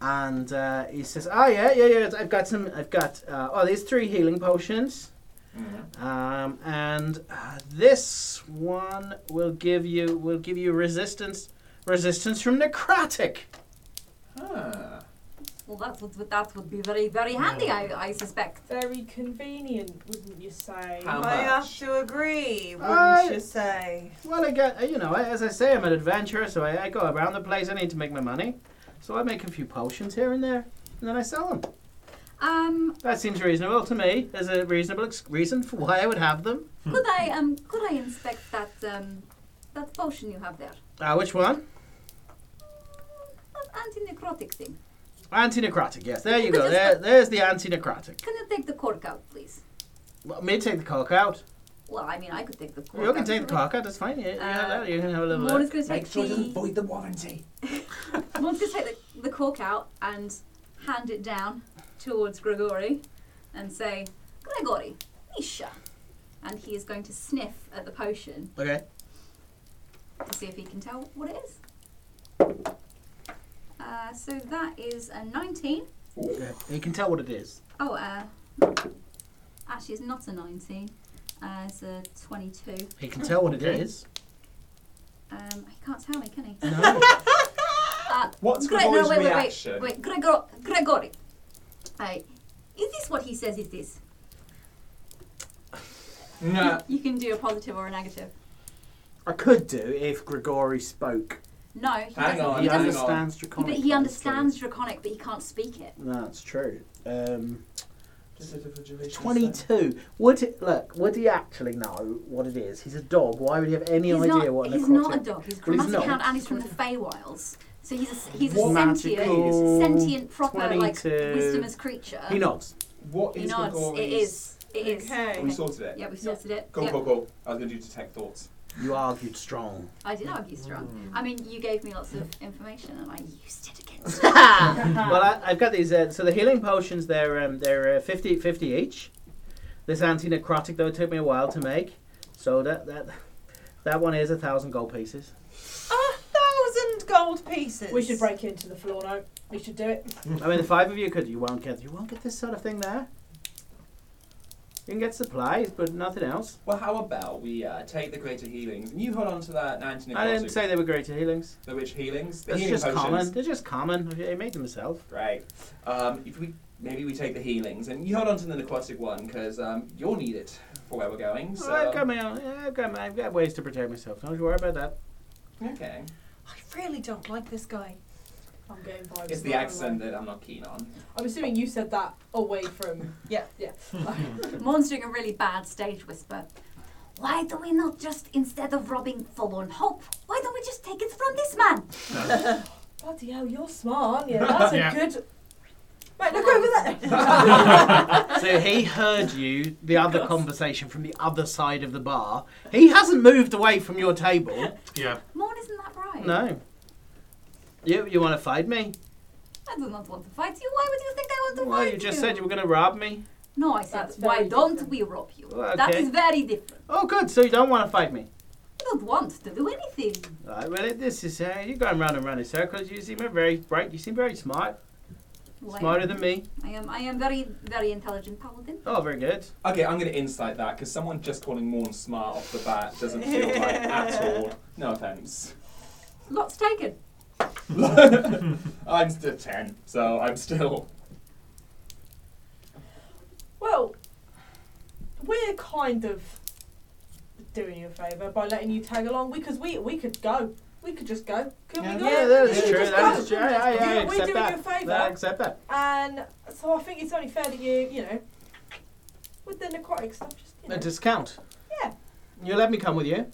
and uh, he says, "Oh yeah, yeah, yeah. I've got some. I've got. Uh, oh, there's three healing potions." Mm-hmm. Um, and uh, this one will give you will give you resistance resistance from necrotic. Huh. Ah. Well, that would that would be very very handy. I, I suspect. Very convenient, wouldn't you say? How I have much? to agree, wouldn't I- you say? Well, I got you know I- as I say I'm an adventurer, so I, I go around the place. I need to make my money, so I make a few potions here and there, and then I sell them. Um, That seems reasonable to me as a reasonable ex- reason for why I would have them. could I um could I inspect that um that potion you have there? Uh, which one? That anti-necrotic thing. Anti-necrotic. Yes, there you go. There, there's the anti-necrotic. Can you take the cork out, please? Well, me take the cork out. Well, I mean, I could take the cork. You can out. take the cork out. That's fine. You, you, have Uh, that. you can have a little. Morn bit. is going to Make take sure it doesn't the void the warranty. Morn's going to take the, the cork out and hand it down towards Grigori, and say, Gregory, Misha, and he is going to sniff at the potion Okay. to see if he can tell what it is. Uh, so that is a 19. Yeah, you can tell what it is. Oh, uh, actually, it's not a 19. Uh, it's a 22. He can tell what it Okay. is. Um, he can't tell me, can he? No. Uh, What's Gre- Gregor's no, wait, wait, reaction? wait, wait, Gregor- Gregory. Uh, is this what he says it is? Nah. You can do a positive or a negative. I could do if Grigori spoke. No, he Hang doesn't. on, he he hang doesn't. on. understands But draconic. he that's understands draconic, but he can't speak it. true. No, That's true. Um, Just a different duration, so- Twenty-two. Would it, look? Would he actually know what it is? He's a dog. Why would he have any he's idea not, what a he's necrotic? not a dog. He's a Well, he's chromatic not. hound, and he's from the Feywilds. So he's a, he's a What? sentient, Magical sentient, proper like 22. wisdom as creature. He nods. What He is nods. It Gregor's- is. It is. Okay. We sorted it. Yeah, we sorted it. Cool, yeah. cool, cool. I was going to do detect thoughts. You argued strong. I did argue strong. Hmm. I mean, you gave me lots of information, and I used it against. Ah. well, I, I've got these. Uh, so the healing potions, they're um, they're uh, 50, 50 each. This anti-necrotic though it took me a while to make, so that that that one is a thousand gold pieces. A thousand gold pieces. We should break into the floor now. We should do it. I mean, the five of you could. You won't get. You won't get this sort of thing there. You can get supplies, but nothing else. Well, how about we uh, take the greater healings and you hold on to that 19 I didn't say they were greater healings. the witch healings, the That's healing just potions. common. They're just common. They made them himself. Right. Um, if we maybe we take the healings and you hold on to the necrotic one because um, you'll need it for where we're going. So I've got my own. I've got. My, I've got ways to protect myself. Don't you worry about that. okay. I really don't like this guy. I'm getting vibes. It's the now, accent like- that I'm not keen on. I'm assuming you said that away from. Yeah. Yeah. Morn's doing a really bad stage whisper. Why do we not just, instead of robbing forlorn hope, why don't we just take it from this man? Bloody hell, you're smart, aren't you? That's Yeah. a good. Right, look over there. so he heard you. The other conversation from the other side of the bar. He hasn't moved away from your table. Yeah. Morn, isn't that right? No. You you want to fight me? I do not want to fight you. Why would you think I want to Well, fight you just said you were going to rob me. No, I said, That's very why don't different. we rob you? Well, That okay. is very different. Oh, good. So you don't want to fight me. I don't want to do anything. Right, well, this is uh, you're going round and round in circles. You seem a very bright. You seem very smart. Well, I am- Smarter than me. I am. I am very, very intelligent paladin. Oh, very good. Okay, I'm going to insight that because someone just calling Morn smart off the bat doesn't feel right at all. No offense. Lots taken. I'm still 10, so I'm still. Well, we're kind of doing you a favour by letting you tag along because we we could go. We could just go. Could we go? Yeah, that is We could true. just That go. is true. I, I, I We're accept doing that. you a favour. I accept that. And so I think it's only fair that you, you know, with the necrotic stuff, just you know. A discount. Yeah. You'll let me come with you.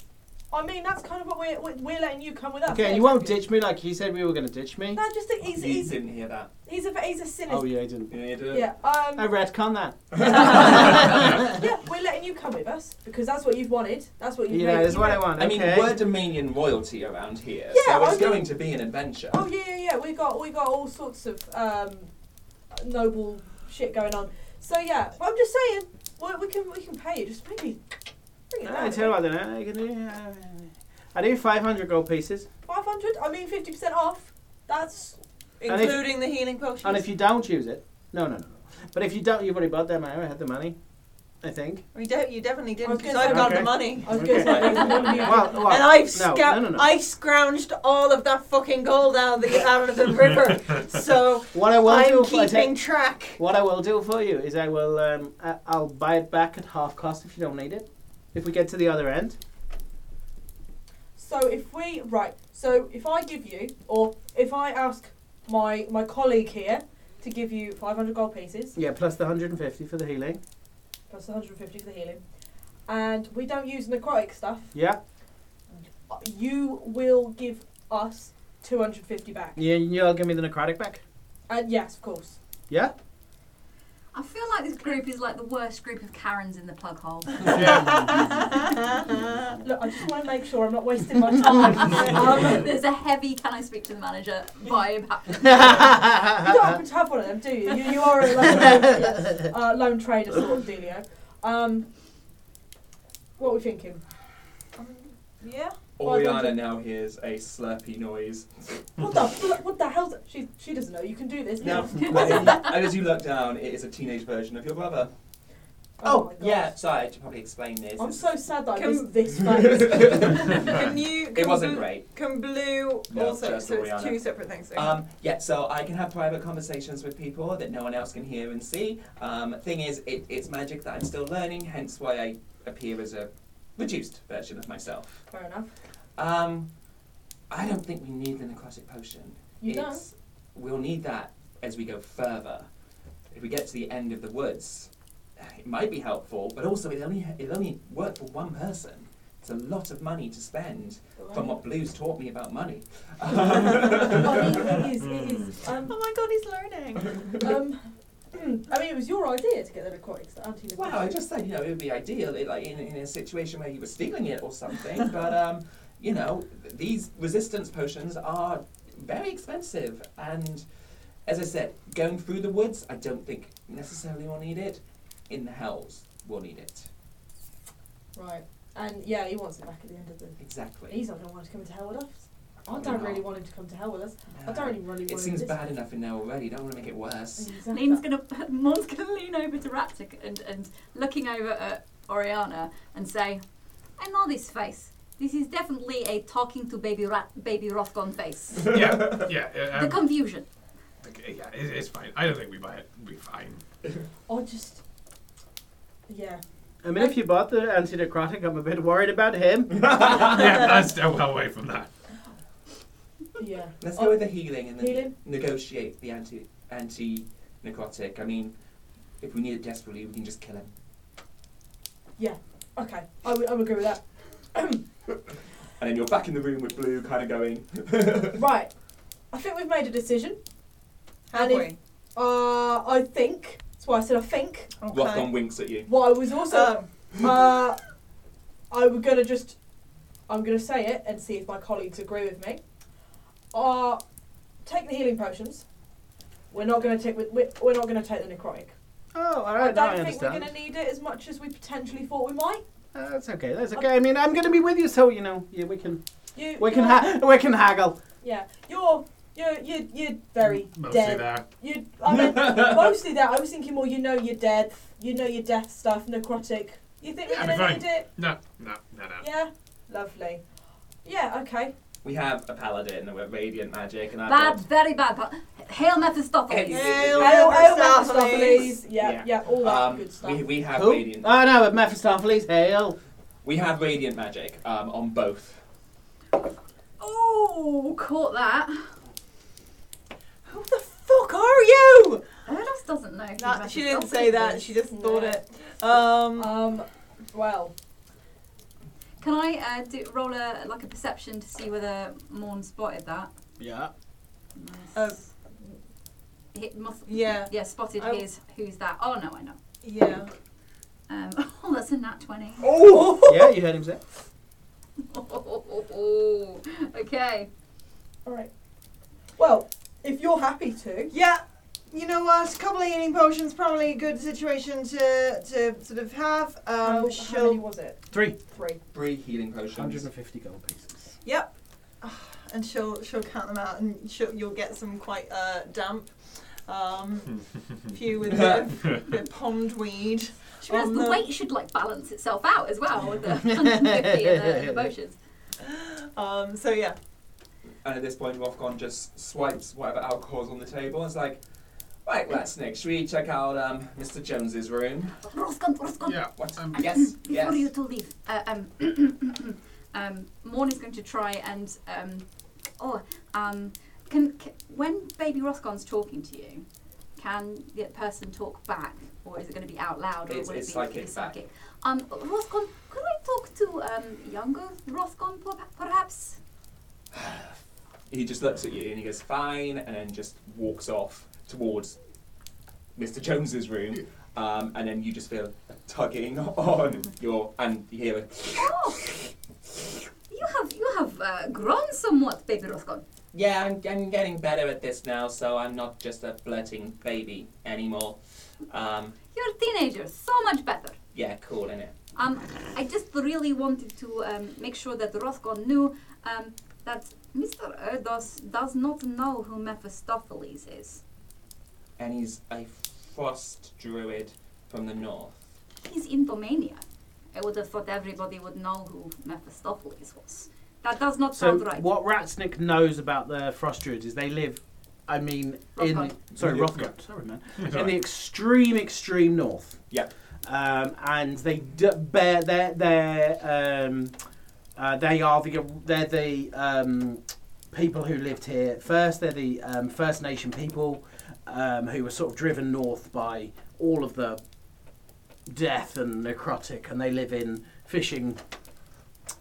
I mean, that's kind of what we're we're- we're letting you come with us. Okay, yeah, and you won't exactly. ditch me like you said we were going to ditch me. No, just think he's You he's didn't hear that. he's a he's a Oh, sinister. yeah, I didn't. You did yeah. Um. I retcon that. yeah, we're letting you come with us because that's what you've wanted. That's what you've Yeah, made- that's you what I made- want. I mean, okay. we're Dominion royalty around here, Yeah, so I it's mean- going to be an adventure. Oh yeah, yeah, yeah. We got we got all sorts of um, noble shit going on. So yeah, well, I'm just saying, we, we can we can pay you. Just maybe bring it down. I tell you what, then I can do. uh, I do 500 gold pieces, Five hundred. I mean, fifty percent off. That's And if- Including the healing potions. and if you don't use it, no, no, no, no. But if you don't, you've already bought them. I had the money, I think. we don't, you definitely I didn't was because gonna I've got Okay. the money. I was gonna say. Okay. it's not me. Well, well, and I've no, scout- no, no, no. I scrounged all of that fucking gold out of the out of the river. So what I will do, I'm if I keeping take- track. what I will do for you is I will, um, I- I'll buy it back at half cost if you don't need it. If we get to the other end, So if we right, so if I give you, or if I ask my my colleague here to give you five hundred gold pieces yeah, plus the 150 for the healing. plus one hundred and fifty for the healing, and we don't use necrotic stuff, Yeah, you will give us two hundred fifty back. you, you'll give me the necrotic back. And Uh, yes, of course. Yeah. I feel like this group is like the worst group of Karens in the plug hole. Uh, Look, I just want to make sure I'm not wasting my time. um, There's a heavy "Can I speak to the manager?" vibe happening. you don't happen to have one of them, do you? You, you are a lone, uh, lone trader sort of dealio. Um, what are we thinking? Yeah. Oriana now hears a slurpy noise. What the fl- what the hell's she? She doesn't know you can do this. Now, and as you look down, it is a teenage version of your brother. Oh, my God. yeah, sorry, I should probably explain this. Oh, I'm so sad that I Can- missed this phase. Can you? Can it wasn't bl- great. Can blue No, also? just So it's Oriana. two separate things. okay. Um, yeah, so I can have private conversations with people that no one else can hear and see. Um, thing is, it, it's magic that I'm still learning, hence why I appear as a reduced version of myself. Fair enough. Um, I don't think we need the necrotic potion. You don't? it's, We'll need that as we go further. If we get to the end of the woods, eh, it might be helpful, but also it only it only work for one person. It's a lot of money to spend. From what Blues taught me about money. I mean, it Oh, is. It is. Um, oh my god, he's learning. um, I mean, it was your idea to get the recording stuff. Auntie Well, I just said, you know, it would be ideal, it- like in, in a situation where you were stealing it or something. but um, you know, th- these resistance potions are very expensive, and as I said, going through the woods, I don't think necessarily we'll need it. In the hells, we'll need it. Right. And yeah, he wants it back at the end of the. Exactly. He's not going to want to come to hell with us. I Probably don't not. really want him to come to hell with us. I No. don't really want him Uh, It seems to bad enough in there already. Don't want to make it worse. Exactly. Lean's gonna, Mon's gonna lean over to Raptic and, and looking over at Oriana and say, "I know this face. This is definitely a talking to baby rat, baby Rothgon face. yeah, yeah. uh, the um, confusion. okay, yeah, it, it's fine. I don't think we buy it. We'll be fine. I just. Yeah. I mean, if you bought the anti-necrotic, I'm a bit worried about him. yeah, that's still well away from that. Yeah. Let's go with the healing and then Oh, Healing? negotiate the anti anti necrotic. I mean, if we need it desperately, we can just kill him. Okay. I would, I would agree with that. And then you're back in the room with Blue, kind of going. Right. I think we've made a decision. Have And we? Uh, I think. That's why I said I think. Rothon winks at you. What I was also. Um, uh, I'm gonna just. I'm gonna say it and see if my colleagues agree with me. Uh, take the healing potions. We're not gonna take. We're, we're not gonna take the necrotic. Oh, all I right, don't now I think we're understand. going to need it as much as we potentially thought we might. Uh, that's okay. That's okay. I mean, I'm gonna be with you, so you know, yeah, we can You, we can you're- ha- we can haggle. Yeah, you're You're, you're, you're very Mm, Mostly dead. there. You, I meant mostly that. I was thinking more, you know your death, you know your death stuff, necrotic. You think we're Yeah, going fine. to need it? No, no, no, no. Yeah? Lovely. Yeah, okay. We have a paladin with radiant magic, and I've Bad, got- very bad. But hail Mephistopheles. Hey. Hail Oh, oh, Mephistopheles. Mephistopheles. Yeah, Yeah. yeah, all that um, good stuff. we, we have Who? radiant. Oh no, but Mephistopheles, hail! we have radiant magic um, on both. Oh, caught that. Who the fuck are you? Erdos doesn't know. who That, she didn't Mephistopheles say that. is. She just No. thought it. Um, um, well, Can I uh, do, roll a like a perception to see whether Morn spotted that? Yeah. Oh. Hit must, Yeah. Yeah, spotted I- his. Who's that? Oh no, I know. yeah. Um, oh, that's a nat twenty. Oh! Yeah, you heard him say. Okay. all right. Well, if you're happy to. Yeah. You know what? A couple of eating potions probably a good situation to to sort of have. how, Um, how she'll. many was it? Three. Three. Three healing potions. 150 gold pieces. Yep. And she'll she'll count them out, and she'll, you'll get some quite uh, damp. Um, few with a bit of, bit of pond weed. She realised on the the- weight should like balance itself out as well with the 150 and the, the potions. Um, so yeah, And at this point, Rothgon just swipes whatever alcohol's on the table. It's like, right, let's Nick, should we check out um, Mr. Jones's room? Roscon, Roscon. Yeah. What? Um, yes, Before you yes. to leave, uh, um, um, Morn is going to try and um, oh, um, can, c when baby Roscon's talking to you, can the person talk back, or is it going to be out loud, or It's- will it it's be psychic be back. psychic? Um, Roscon, could I talk to um, younger Roscon per- perhaps? He just looks at you and he goes, fine, and then just walks off towards Mr. Jones's room. Um, and then you just feel a tugging on your, and you hear a, Oh, you have you have uh, grown somewhat, baby Roscon. yeah, I'm, I'm getting better at this now, so I'm not just a flirting baby anymore. Um, You're a teenager, so much better. yeah, cool, innit? Um, I just really wanted to um, make sure that Rothgon knew um, that Mr. Erdos does not know who Mephistopheles is. And he's a frost druid from the north. He's in Domania. I would have thought everybody would know who Mephistopheles was. That does not So sound right. what Ratsnick knows about the Frost Druids is they live, I mean, in Rothgard. sorry, Yeah. Rothgard, sorry man, It's in all the right. extreme, extreme north. Yep. Um, and they d- bear their their um, uh, they are the they're the um, people who lived here first. They're the um, First Nation people um, who were sort of driven north by all of the death and necrotic, and they live in fishing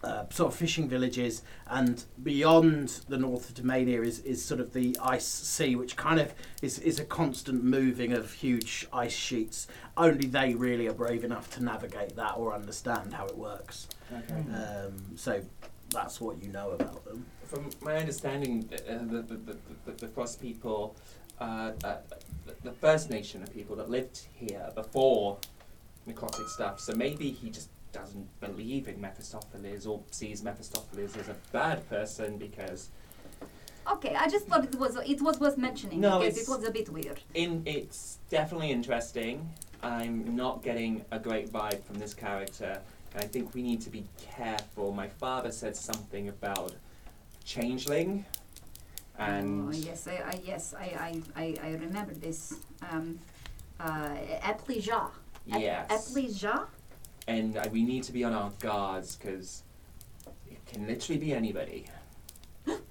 uh, sort of fishing villages, and beyond the north of Domania is, is sort of the ice sea, which kind of is, is a constant moving of huge ice sheets. Only they really are brave enough to navigate that or understand how it works. Okay. Um, so that's what you know about them. From my understanding, uh, the, the, the, the, the frost people, uh, uh, the, the First Nation of people that lived here before necrotic stuff, so maybe he just doesn't believe in Mephistopheles or sees Mephistopheles as a bad person because okay, I just thought it was it was worth mentioning No, because it's- it was a bit weird. in it's definitely interesting. I'm not getting a great vibe from this character, and I think we need to be careful. My father said something about changeling, and Mm. Oh, yes, I, I yes I, I, I, I remember this. Um, uh, Eplija. Ep- yes, Eplija? and uh, we need to be on our guards because it can literally be anybody. oh,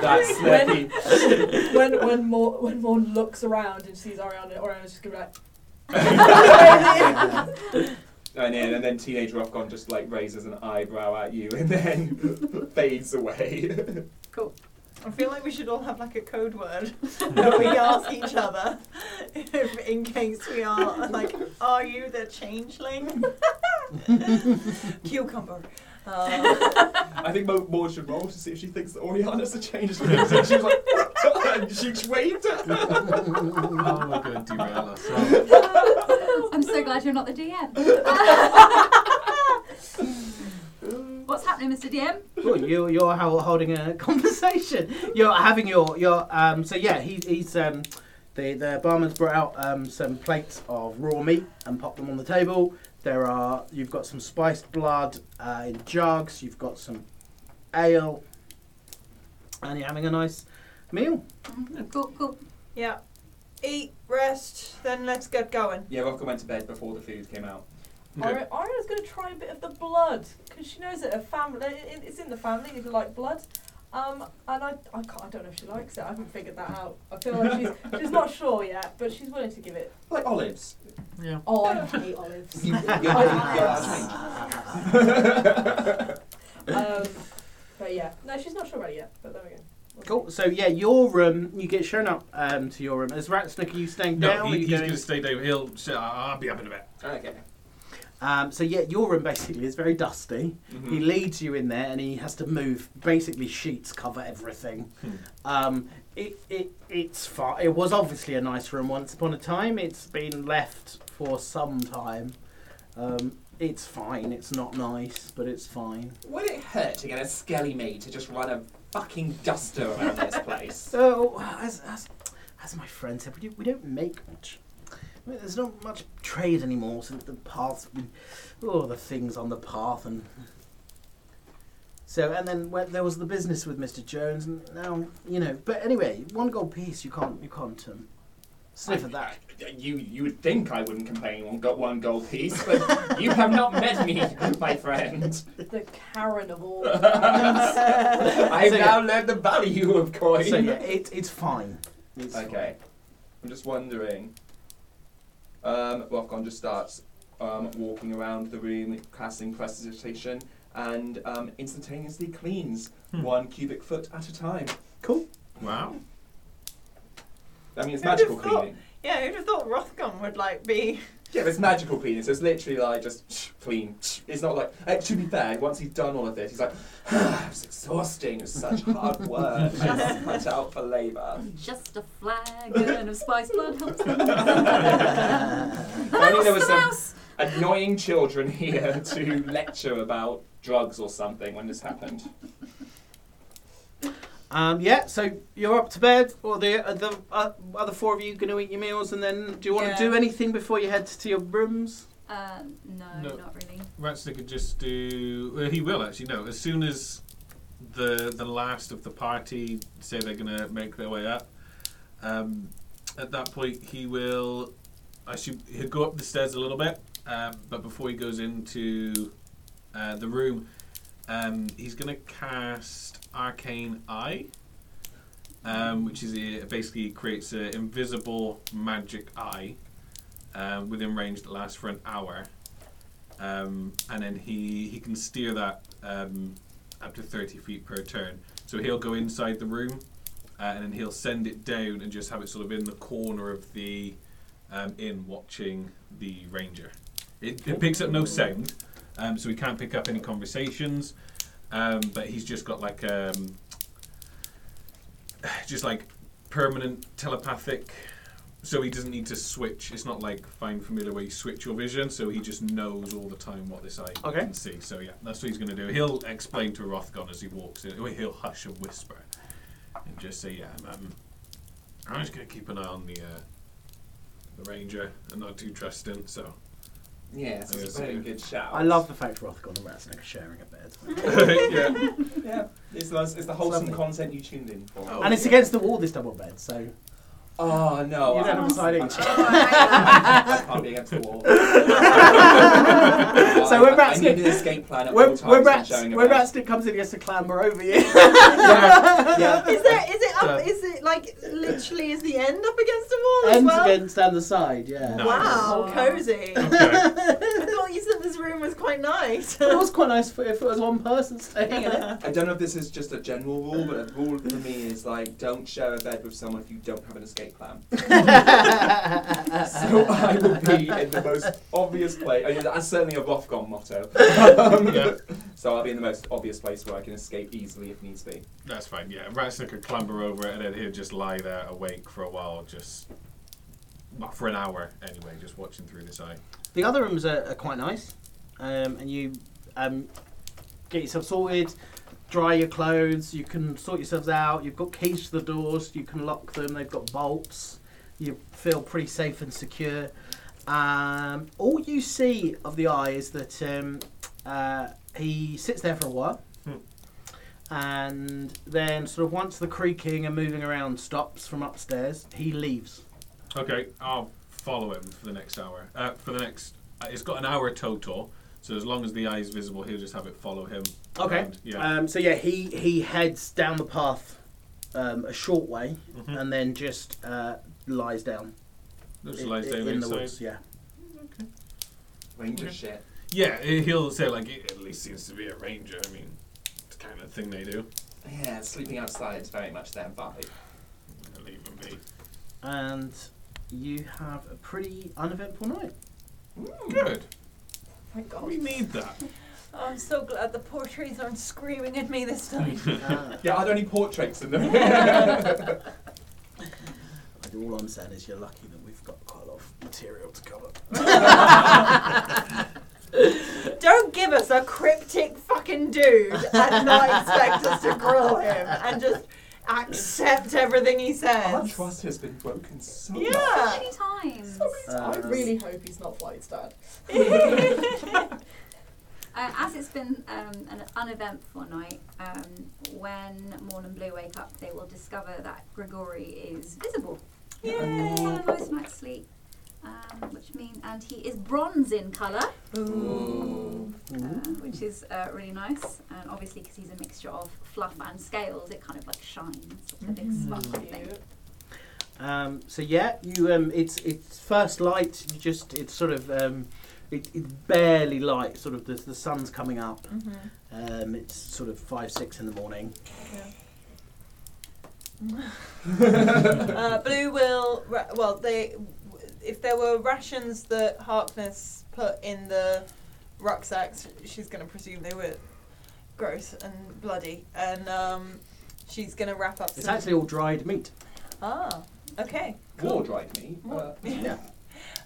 that's slippy. when when Morn, when Morn looks around and sees Ariana, Ariana's just gonna be like, And then, and then teenage Rothgon just like raises an eyebrow at you and then fades away. I feel like we should all have like a code word that we ask each other if, in case we are like, are you the changeling? Cucumber. Uh, I think Mo- Maud should roll to see if she thinks that Oriana's a change. she was like, and she just waved. Oh, we're going to derail ourselves. I'm so glad you're not the DM. What's happening, Mr. DM? Well, you, you're ho- holding a conversation. You're having your your um. So yeah, he, he's um. The the barman's brought out um some plates of raw meat and popped them on the table. There are you've got some spiced blood uh, in jugs. You've got some ale, and you're having a nice meal. Cool, cool. Yeah. Eat, rest, then let's get going. Yeah, Rothko went to bed before the food came out. Ari- Ariel's going to try a bit of the blood because she knows that her family, it, it's in the family, you like blood. Um, and I, I, can't, I don't know if she likes it. I haven't figured that out. I feel like she's, she's not sure yet, but she's willing to give it. Like olives. Yeah. Oh, I hate olives. You- you- Um, but yeah, no, she's not sure about it yet. But there we go. We'll Cool. So yeah, your room. You get shown up um to your room. Is Ratsnick? Are you staying No, down? are he, you he's going- going to stay down. He'll. Say, "Ah, I'll be up in a bit. okay. Um, so yeah, your room basically is very dusty. Mm-hmm. He leads you in there, and he has to move. Basically, sheets cover everything. Hmm. um, it, it it's far. It was obviously a nice room once upon a time. It's been left for some time. Um, it's fine. It's not nice, but it's fine. Would it hurt to get a skelly me to just run a fucking duster around this place? So as as, as my friend said, we, do, we don't make much. I mean, there's not much trade anymore since the path's been. Oh, the things on the path and. So and then when there was the business with Mr. Jones, and now you know. But anyway, one gold piece you can't you can't um, sniff at that. You you would think I wouldn't complain on got one gold piece, but you have not met me, my friend. go. The Karen of all. I've So, now learned the value of coin. So yeah, it, it's fine. It's Okay. I'm just wondering. Um, Rothcon just starts um, walking around the room, casting prestidigitation, and um, instantaneously cleans one cubic foot at a time. Cool. Wow. I mean, it's Who'd have magical thought? cleaning. Yeah, who'd have thought Rothgun would like be? Yeah, but it's magical cleaning, so it's literally like just clean. It's not like, uh, to be fair, once he's done all of this, he's like, ah, it's exhausting, it's such hard work. I'm cut out for labour. Just a flagon of spice blood helps them. If only there was some annoying children here to lecture about drugs or something when this happened. Um, yeah. So you're up to bed, or the uh, the uh, other four of you going to eat your meals, and then do you want to Yeah. do anything before you head to your rooms? Uh, no, No. not really. Ratstick could just do. Well, he will actually. No, as soon as the the last of the party say they're going to make their way up, um, at that point he will. I should. He'll go up the stairs a little bit, um, but before he goes into uh, the room, um, he's going to cast Arcane Eye. Um, which is a, basically creates an invisible magic eye um, within range that lasts for an hour um, and then he he can steer that um, up to thirty feet per turn. So he'll go inside the room, uh, and then he'll send it down and just have it sort of in the corner of the um, inn, watching the ranger. It, it picks up no sound, um, so he can't pick up any conversations. Um, but he's just got like um, just like permanent telepathic so he doesn't need to switch. It's not like Find Familiar where you switch your vision, so he just knows all the time what this eye Okay. can see. So yeah, that's what he's going to do. He'll explain to Rothgon as he walks in. well, He'll hush and whisper, and just say, "Yeah, I'm, um, I'm just going to keep an eye on the uh, the ranger. I'm not too trusting." So Yeah, so it's a very good shout. I love the fact Rothgon and Ratsnick are sharing a bed. yeah, Yeah, it's, nice- it's the wholesome Lovely. content you tuned in for. Oh. and it's against the wall, this double bed, so Oh no! you don't have a side I, inch. I can't be against the wall. so So I, we're I rats- need an escape plan at all When, times. when, and Rats, showing a when rat. Ratsnick comes in, he has to clamber over you. Yeah. Is there? Is it Uh, up? Is it like literally? Is the end up against the wall as Ends well? against down the side, yeah. No. Wow, cozy. I okay. thought you said this room was quite nice. It was quite nice for, if it was one person staying in it. I don't know if this is just a general rule, but a rule for me is like don't share a bed with someone if you don't have an escape plan. so I will be in the most obvious place. I mean, that's certainly a Rothgon motto. Um, Yeah. So I'll be in the most obvious place where I can escape easily if needs be. That's fine, yeah. Ratson could clamber over it and then he'd just lie there awake for a while, just well, for an hour anyway, just watching through this eye. The other rooms are, are quite nice, um, and you um, get yourself sorted, dry your clothes, you can sort yourselves out. You've got keys to the doors, you can lock them, they've got bolts. You feel pretty safe and secure. Um, all you see of the eye is that um, uh, he sits there for a while. And then, sort of, once the creaking and moving around stops from upstairs, he leaves. Okay, I'll follow him for the next hour. Uh, for the next, uh, it's got an hour total. So as long as the eye is visible, he'll just have it follow him. Okay. around. Yeah. Um, so yeah, he he heads down the path um, a short way Mhm. and then just uh, lies down Just in, lies down in the inside. woods. Yeah. Ranger shit. Yeah, he- he'll say like he at least seems to be a ranger. I mean, it's the kind of thing they do. Yeah, sleeping outside is very much their vibe. I'll leave him be. And you have a pretty uneventful night. Hmm. Good. Thank God. We need that. Oh, I'm so glad the poor trees aren't screaming at me this time. Uh, Yeah, are there any portraits in them? all I'm saying is you're lucky that we've got quite a lot of material to cover. Don't give us a cryptic fucking dude and not expect us to grill him and just accept everything he Our says. trust has been broken so much. Yeah. Many times. I Um, really hope he's not Floyd's dad. Uh, as it's been um, an uneventful night, um, when Morn and Blue wake up, they will discover that Grigori is visible. Yay! a nice night's sleep, um, which means, and he is bronze in colour, Ooh. uh, which is uh, really nice. And obviously, because he's a mixture of fluff and scales, it kind of like shines. It's a big sparkly thing. Cute. Um, so yeah, you um, it's it's first light. You just it's sort of um, it, it's barely light. Sort of the, the sun's coming up. Um, it's sort of five six in the morning. Uh, Blue will. Ra- well, they. If there were rations that Harkness put in the rucksacks, she's going to presume they were gross and bloody, and um, she's going to wrap up. It's some- actually all dried meat. Ah. Okay. War dried me. Uh, Mm. Yeah. hmm. like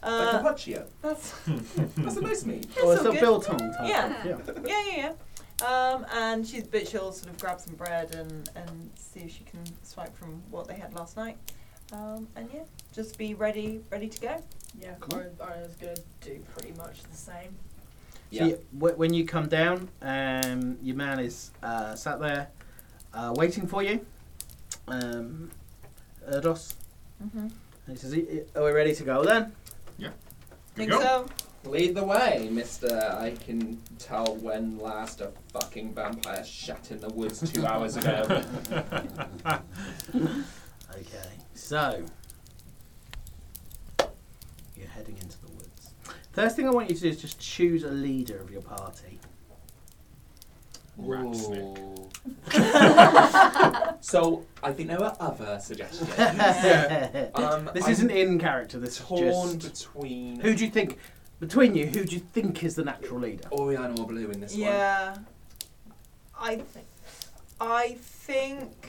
Uh, carpaccio. that's. That's a nice meat. That's Or all it's a good. biltong type. Yeah. yeah. Yeah, yeah, yeah. Um, and she's but she'll sort of grab some bread and and see if she can swipe from what they had last night. Um, and yeah, just be ready, ready to go. Yeah, Cora Ariana's gonna do pretty much the same. So you- wh- when you come down, um, your man is uh, sat there uh, waiting for you. Um, Erdos. Mm-hmm. And he says, "Y- y- Are we ready to go then? Here we Think go. so? Lead the way, mister. I can tell when last a fucking vampire shat in the woods two hours ago. Okay. So, you're heading into the woods. First thing I want you to do is just choose a leader of your party. Rat snake. Ooh. so, I think there were other suggestions. Um, this I'm isn't in character, this torn is just. between Who do you think, between you, who do you think is the natural leader? Orion or Blue in this one. Yeah. I think. I think.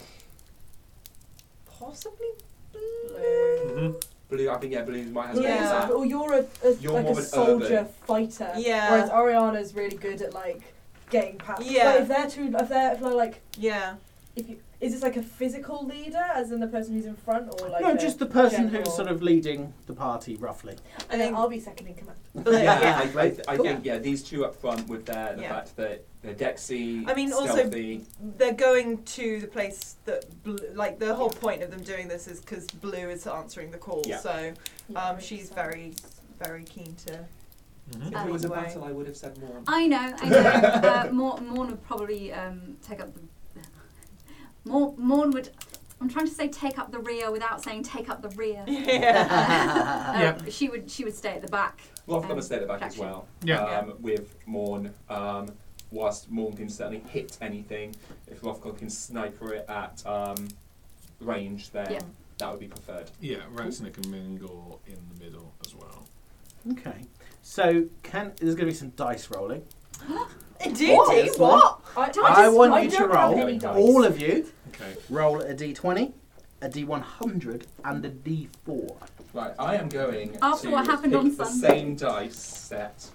Possibly blue. Mhm. Blue, I think, yeah, Blue might have Yeah. been Yeah. that. Or you're a, a You're like more of a an soldier urban. fighter. Yeah. Whereas Ariana's really good at like getting past. Yeah. But if they're too, if they're if they're, like, Yeah. if you, is this like a physical leader, as in the person who's in front, or like? no, a just the person general? who's sort of leading the party, roughly. I think- think I'll be second in command. Blue. yeah, yeah. I, I, th- I Cool. think yeah, these two up front with their the Yeah. fact that the Dexy, I mean, also- stealthy, they're going to the place that blue, like the whole point of them doing this is because blue is answering the call Yeah. so Yeah, um, she's very very keen to Mhm. If it was a Anyway. battle, I would have said more. I know, I know. uh, Mor- Morn would probably um, take up the. Mor- Morn would. I'm trying to say take up the rear without saying take up the rear. Uh, Yeah. She would she would stay at the back. Well, I've got Um, to stay at the back as protection. well. Yeah. Um, With Morn, um, whilst Morn can certainly hit anything, if Rothko can sniper it at um, range, then Yeah. that would be preferred. Yeah, rat snake and mingle in the middle as well. Okay. So can there's going to be some dice rolling? Indeed, what? What? I, I want I you to don't have roll. any dice. All of you Okay. roll a d20. a D100, and a D4. Right, I am going After to what happened pick on the Sunday. same dice set,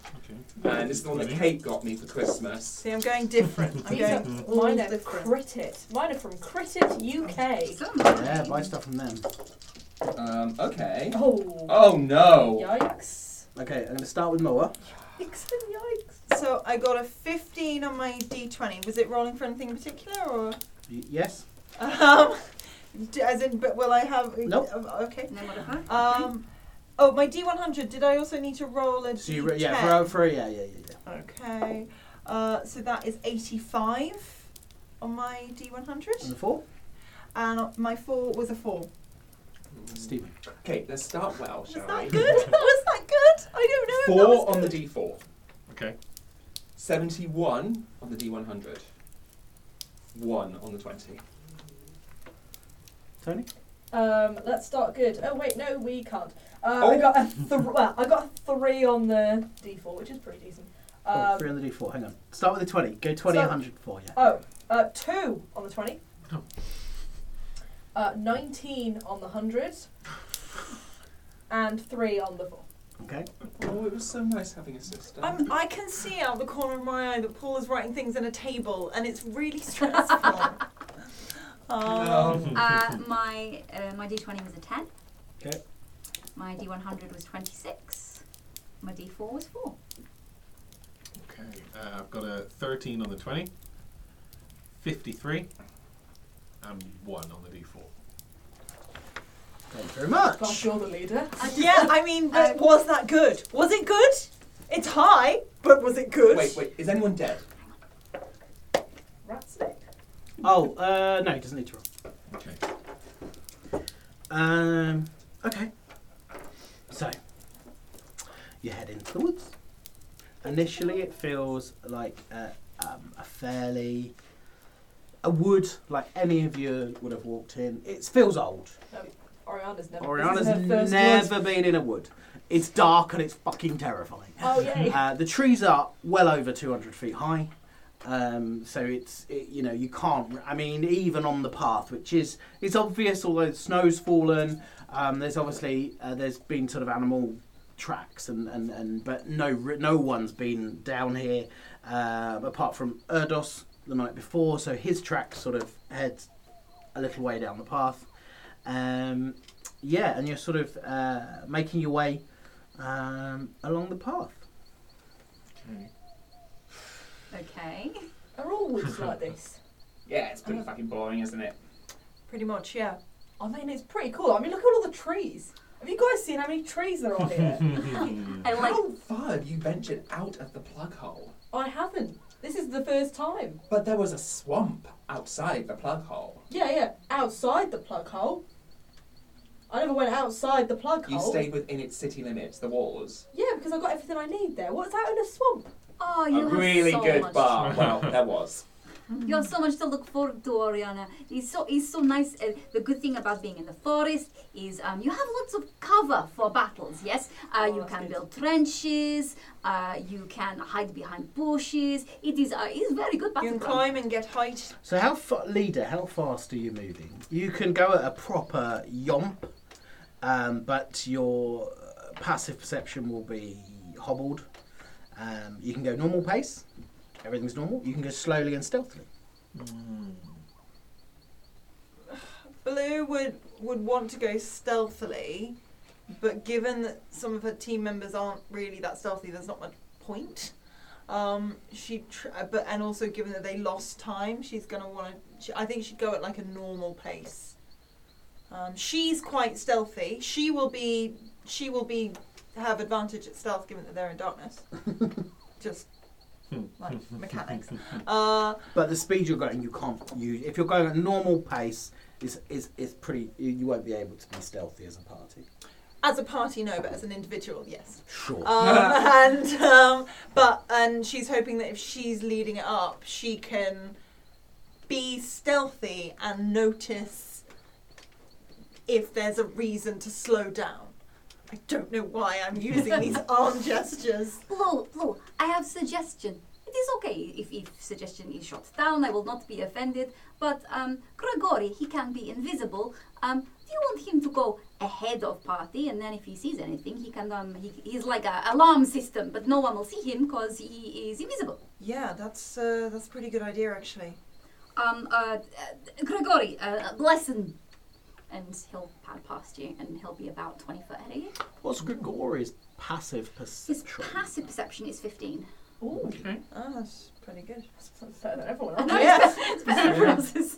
Okay. and it's the one that Really? Kate got me for Christmas. See, I'm going different. I'm These are going all mine are different. Critit. Mine are from Critit UK. So, Yeah, buy stuff from them. Um, okay. Oh, Oh no! yikes! Okay, I'm going to start with Moa. Yikes and yikes. So I got a 15 on my d20. Was it rolling for anything in particular, or Y- yes? um, d- as in? But will I have? Nope. Mm-hmm. uh, Okay. no modifier. Um, oh, my d100. Did I also need to roll a So you re- yeah, D10? for, a- for a- yeah, yeah, yeah, yeah. Okay. Uh, so that is 85 on my And d100, the four? and my four was a four. Stephen. Okay, let's start well, Was shall that we? good? was that good? I don't know. if that Four was on the good. D4, Okay. 71 on the D100, one on the 20. Tony? Um, let's start good. Oh wait, no, we can't. Uh, I Oh. got a th- well, I got a three on the D4, which is pretty decent. Oh, Um, three on the D4, hang on. Start with the 20. Go 20, Start- 104, yeah. oh, uh, two on the twenty. Oh. Uh, nineteen on the hundred, and three on the four. Okay. Oh, it was so nice having a sister. I'm, Um, I can see out the corner of my eye that Paul is writing things in a table, and it's really stressful. um, Um, Uh, my uh, my d20 was a 10. Okay. My d100 was 26. My d4 was 4. Okay. Uh, I've got a 13 on the 20, 53, and 1 on the d4. Thank you very much. Gosh, you're the leader. yeah, I mean, but Um, was that good? Was it good? It's high, but was it good? wait, wait, is anyone dead? Rat's neck. Oh, uh, no, he doesn't need to roll. Okay. Um, okay. So, you head into the woods. Initially, it feels like a, um, a fairly. a wood like any of you would have walked in. It feels old. Oriana's never. this is her Oriana's first never word. been in a wood. It's dark and it's fucking terrifying. Oh yay! Uh, the trees are well over 200 feet high, um, so it's it, you know you can't. I mean, even on the path, which is it's obvious, although the snow's fallen. Um, there's obviously uh, there's been sort of animal tracks and, and, and but no r- no one's been down here uh, apart from Erdos the night before, so his track sort of heads a little way down the path. Um, yeah, and you're sort of uh, making your way um, along the path. Okay. Okay. Are all woods like this? Yeah, it's Uh-huh. pretty fucking boring, isn't it? Pretty much, yeah. I mean, it's pretty cool. I mean, look at all the trees. Have you guys seen how many trees there are here? Mm. I like. How far have you ventured out of the plug hole? I haven't. This is the first time. But there was a swamp outside the plug hole. Yeah, yeah. Outside the plug hole. I never went outside the plug You hole. stayed within its city limits, the walls. Yeah, because I got everything I need there. What's out in a swamp? Oh, A you have really so good much. bar. Well, there was. You have so much to look forward to, Oriana. It's so it's so nice. Uh, the good thing about being in the forest is um, you have lots of cover for battles. Yes, uh, Oh, you that's can good. build trenches. Uh, you can hide behind bushes. It is uh, it's very good You can battleground. climb and get height. So how fa- leader? How fast are you moving? You can go at a proper yomp, um, but your uh, passive perception will be hobbled. Um, you can go normal pace. Everything's normal. You can go slowly and stealthily. Blue would would want to go stealthily, but given that some of her team members aren't really that stealthy, there's not much point. Um, she tr- uh, but and also given that they lost time, she's gonna want to. She, I think she'd go at like a normal pace. Um, she's quite stealthy. She will be. She will be have advantage at stealth given that they're in darkness. Just like mechanics. Uh, But the speed you're going, you can't use. If you're going at normal pace, is is is pretty. You, you won't be able to be stealthy as a party. as a party, no, but as an individual, yes. Sure. Uh, um, Uh, and um, but and she's hoping that if she's leading it up, she can be stealthy and notice if there's a reason to slow down. I don't know why I'm using these arm gestures. Blue, blue. I have suggestion. is okay if, if suggestion is shot down. I will not be offended. But um, Grigori, he can be invisible. Um, do you want him to go ahead of party, and then if he sees anything, he can um, he, he's like a alarm system, but no one will see him because he is invisible. Yeah, that's uh, that's a pretty good idea actually. Um, uh, uh, Grigori, uh, bless him, and he'll pad past you, and he'll be about twenty foot ahead of you. What's Grigori's passive His perception? passive perception is fifteen. Ooh, Okay. Oh, that's pretty good. that's better than everyone I else. know Yes. it's better, it's better than everyone else's.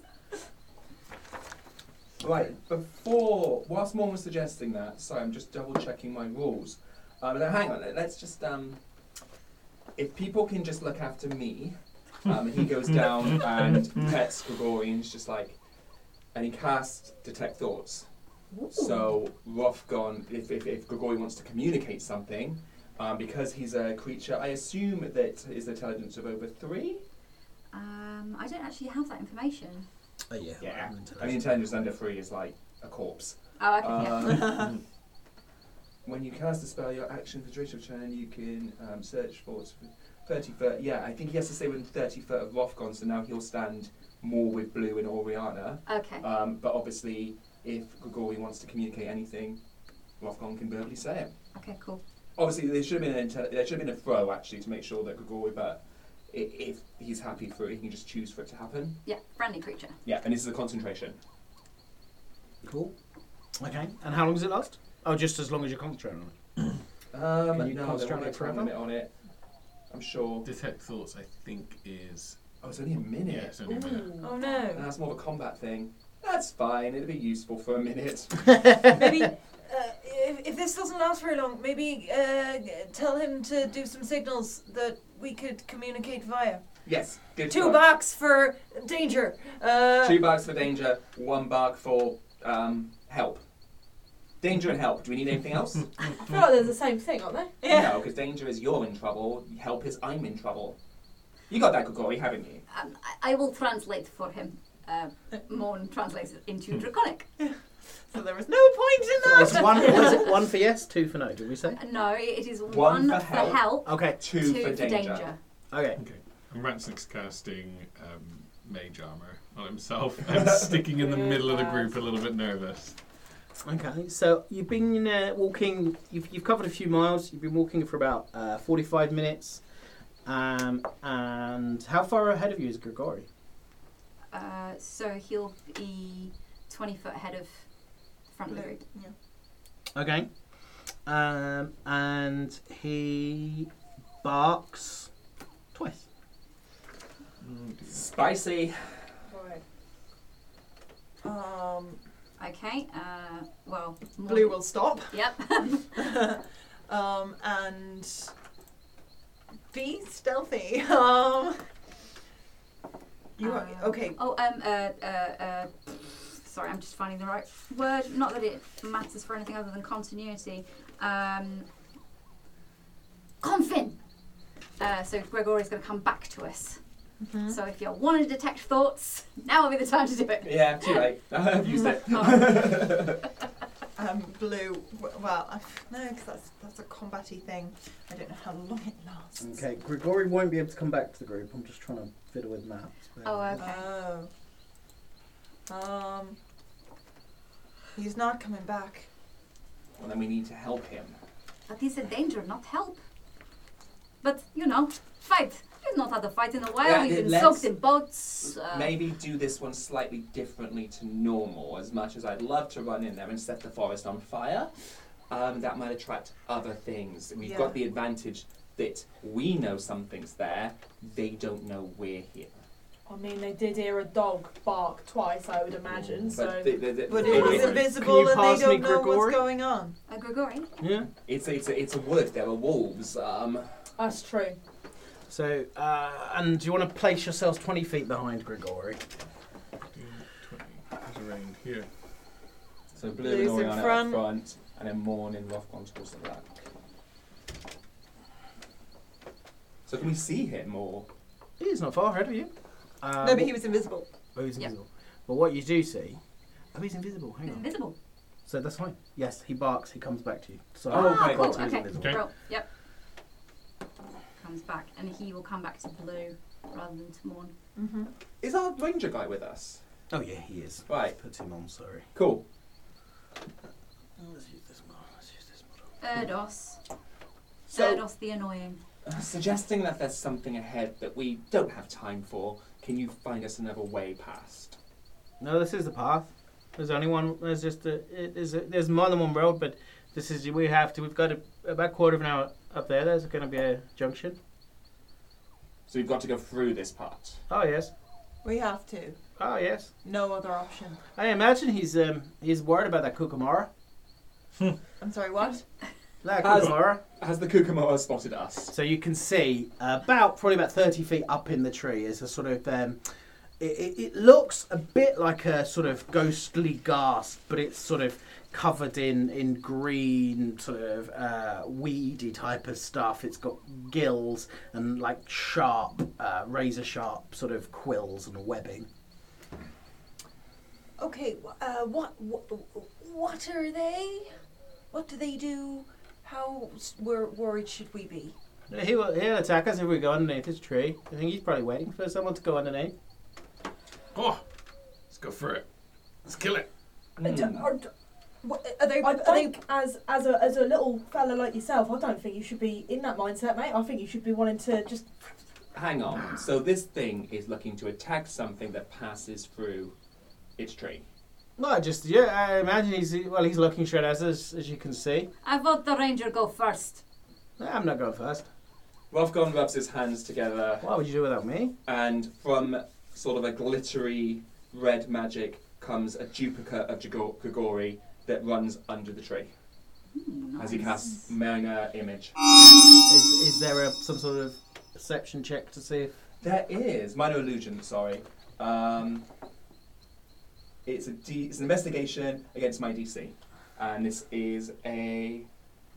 Right, before, whilst Morn was suggesting that, sorry, I'm just double checking my rules. Um, now, hang on, let- let's just, um, if people can just look after me, um, he goes down and pets Grigori and he's just like, and he casts Detect Thoughts. So, Rothgon, if, if, if Grigori wants to communicate something, um, because he's a creature, I assume that his intelligence of over three? Um, I don't actually have that information. Oh, yeah. Yeah. I'm I mean, intelligence under three is like a corpse. Oh, okay. yeah. Um, when you cast a spell, your action for duration of turn, you can um, search for it's 30 foot. Yeah, I think he has to stay within 30 foot of Rothgon, so now he'll stand more with Blue and Oriana. Okay. Um, but obviously, if Grigori wants to communicate anything, Rothgon can verbally say it. Okay. Cool. Obviously, there should have been an intel- there should have been a throw actually to make sure that Grigori, but i- if he's happy for it, he can just choose for it to happen. Yeah. Brand new creature. Yeah, and this is a concentration. Cool. Okay. And how long does it last? Oh, just as long as you're concentrating on it. Um, Can you no, there concentrate won't be a it time forever? limit on it. I'm sure. Detect thoughts, I think, is. Oh, it's only a minute. Yeah, it's only a minute. Oh And no. that's more of a combat thing. That's fine, it'll be useful for a minute. maybe uh, if, if this doesn't last very long, maybe uh, tell him to do some signals that we could communicate via. yes, good. Two one. bucks for danger. Uh, Two bucks for danger, one buck for um, help. Danger and help. Do we need anything else? I feel like they're the same thing, aren't they? yeah. No, because danger is you're in trouble, help is I'm in trouble. You got that, Grigori, haven't you? Um, I, I will translate for him. Uh, Morn translates it Hmm. into draconic. So there was no point in that. So it's one, what is it? One for yes, two for no, did we say? No, it is One one, for help. Okay. Two, for, danger. Okay. Okay. And Rancinic's casting um, mage armor on himself and sticking in the middle of the group, a little bit nervous. Okay. So you've been uh, walking, you've, you've covered a few miles, you've been walking for about uh, 45 minutes. Um, and how far ahead of you is Grigori? Uh, so he'll be 20 foot ahead of the front of the group. Okay. Um, and he barks twice. Spicy. Um, Okay, uh, well. Morn- Blue will stop. Yep. um, and be stealthy. Um, you are, Uh, okay? Oh, um, uh, uh, uh, sorry, I'm just finding the right word. Not that it matters for anything other than continuity. Um, confin. Uh, so Gregory's going to come back to us. So if you want to detect thoughts, now would be the time to do it. Yeah, too late. I've used it. Um, blue. w- Well, I- no, because that's that's a combatty thing. I don't know how long it lasts. Okay, Grigori won't be able to come back to the group. I'm just trying to fiddle with maps. Oh, okay. Oh. Um. He's not coming back. Well, then we need to help him. But he's a danger, not help. But, you know, fight. You've not had a fight in a while. Yeah, You've been let's- soaked in boats. Uh, Maybe do this one slightly differently to normal. As much as I'd love to run in there and set the forest on fire, um, that might attract other things. We've Yeah. got the advantage that we know something's there, they don't know we're here. I mean, they did hear a dog bark twice, I would Mm, imagine. So But the- the- the- But the- it was Can you invisible and pass they me don't know Grigori? what's going on. uh, Grigori? Yeah. it's, it's, a, it's a wood, there are wolves. Um, that's true. So, uh, and do you want to place yourselves 20 feet behind Grigori? 15, 20. It's around here. so Blue's Blue in and Oriana front. up front, and then Morn in Rothgon towards the back. So can we see him or? He's not far ahead of you. Uh, No, but he was invisible. oh, he's Yeah. invisible. But what you do see. Oh, he's invisible. Hang He's on. invisible. So that's fine. Yes, he barks, he comes back to you. So Oh, okay, ah, cool. gotcha, he's Okay. invisible. Okay. Roll. Yep. comes back, and he will come back to blue rather than to Morn. Is our ranger guy with us? Oh yeah, he is. Right. Put him on. Sorry. Cool. Oh, Let's use this model. Let's use this model. Erdos. So, uh, Erdos the annoying. suggesting that there's something ahead that we don't have time for, can you find us another way past? No, this is the path. There's only one. There's just a. It, there's a, there's more than one road, but this is we have to. We've got a, about quarter of an hour up there. There's going to be a junction. So we've got to go through this part. Ah, Oh yes. We have to. Oh yes. No other option. I imagine he's um, he's worried about that Kukumara. I'm sorry, what? That As- Kukumara. Has the Kukumoa spotted us? So you can see about probably about thirty feet up in the tree is a sort of. Um, it, it, it looks a bit like a sort of ghostly ghast, but it's sort of covered in in green sort of uh, weedy type of stuff. It's got gills and like sharp, uh, razor sharp sort of quills and webbing. Okay, wh- uh, what, what, what are they? What do they do? How s- wor- worried should we be? He will he'll attack us if we go underneath this tree. I think he's probably waiting for someone to go underneath. Oh, let's go for it. Let's kill it. Mm. D- or d- What, are they? I Are they think as as a as a little fella like yourself, I don't think you should be in that mindset, mate. I think you should be wanting to just Hang on. So this thing is looking to attack something that passes through its tree. No, just yeah. I imagine he's well. He's looking straight at us, as you can see. I vote the ranger go first. Nah, I'm not going first. Rothgon rubs his hands together, What would you do without me? and from sort of a glittery red magic comes a duplicate of Jigor- Grigori that runs under the tree as he casts Mana Image. Is is there a some sort of perception check to see if There is minor illusion. Sorry, um, it's a D, it's an investigation against my DC, and this is a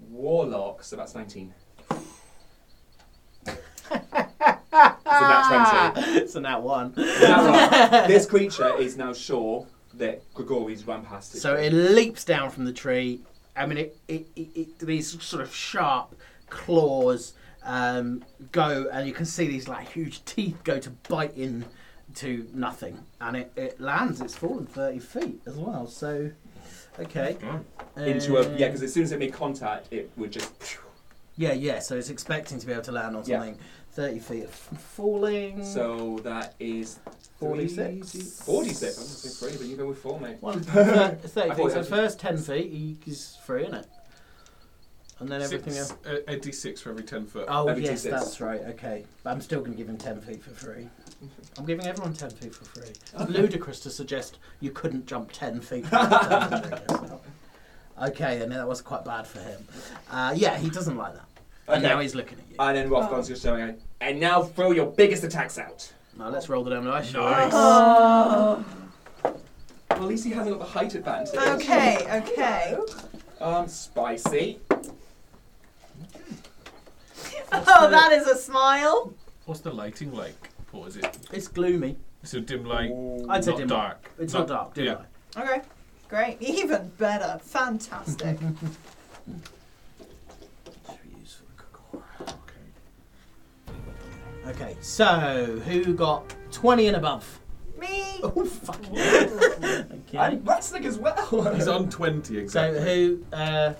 warlock, so that's nineteen. so that's twenty. so now one. Now, right, this creature is now sure that Grigori's run past it. So it leaps down from the tree. I mean, it, it, it, it these sort of sharp claws um, go, and you can see these like huge teeth go to bite in to nothing, and it, it lands. It's fallen thirty feet as well. So, okay, Gone. into a Uh, yeah, because as soon as it made contact, it would just. yeah, yeah. So it's expecting to be able to land on Yeah. something thirty feet of falling. So that is 46. three- Forty-six. I'm going to say three, but you go with four, mate. One, thir- 30 I feet. thought So it was- first 10 feet he- he's free, isn't it? And then everything Six, else. uh, a d6 for every 10 foot. Oh, every yes, two sets. that's right. Okay. But I'm still going to give him 10 feet for free. I'm giving everyone 10 feet for free. It's ludicrous to suggest you couldn't jump 10 feet. from the damage, I guess. okay, and that was quite bad for him. Uh, yeah, he doesn't like that. And now he's looking at you. And then Rothgon's Oh. just showing, and now throw your biggest attacks out. Now let's roll the damage. Nice. Well, at least he hasn't got the height advantage. okay? Okay. Um, spicy. Oh, that is a smile. What's the lighting like? What is it? It's gloomy. So dim light, I'd say not dim. dark. It's not dark, do yeah. I? Okay, great. Even better. Fantastic. Okay, so who got 20 and above? Me. Oh, fuck. okay. And wrestling as well. He's on 20 So exactly. who? Uh,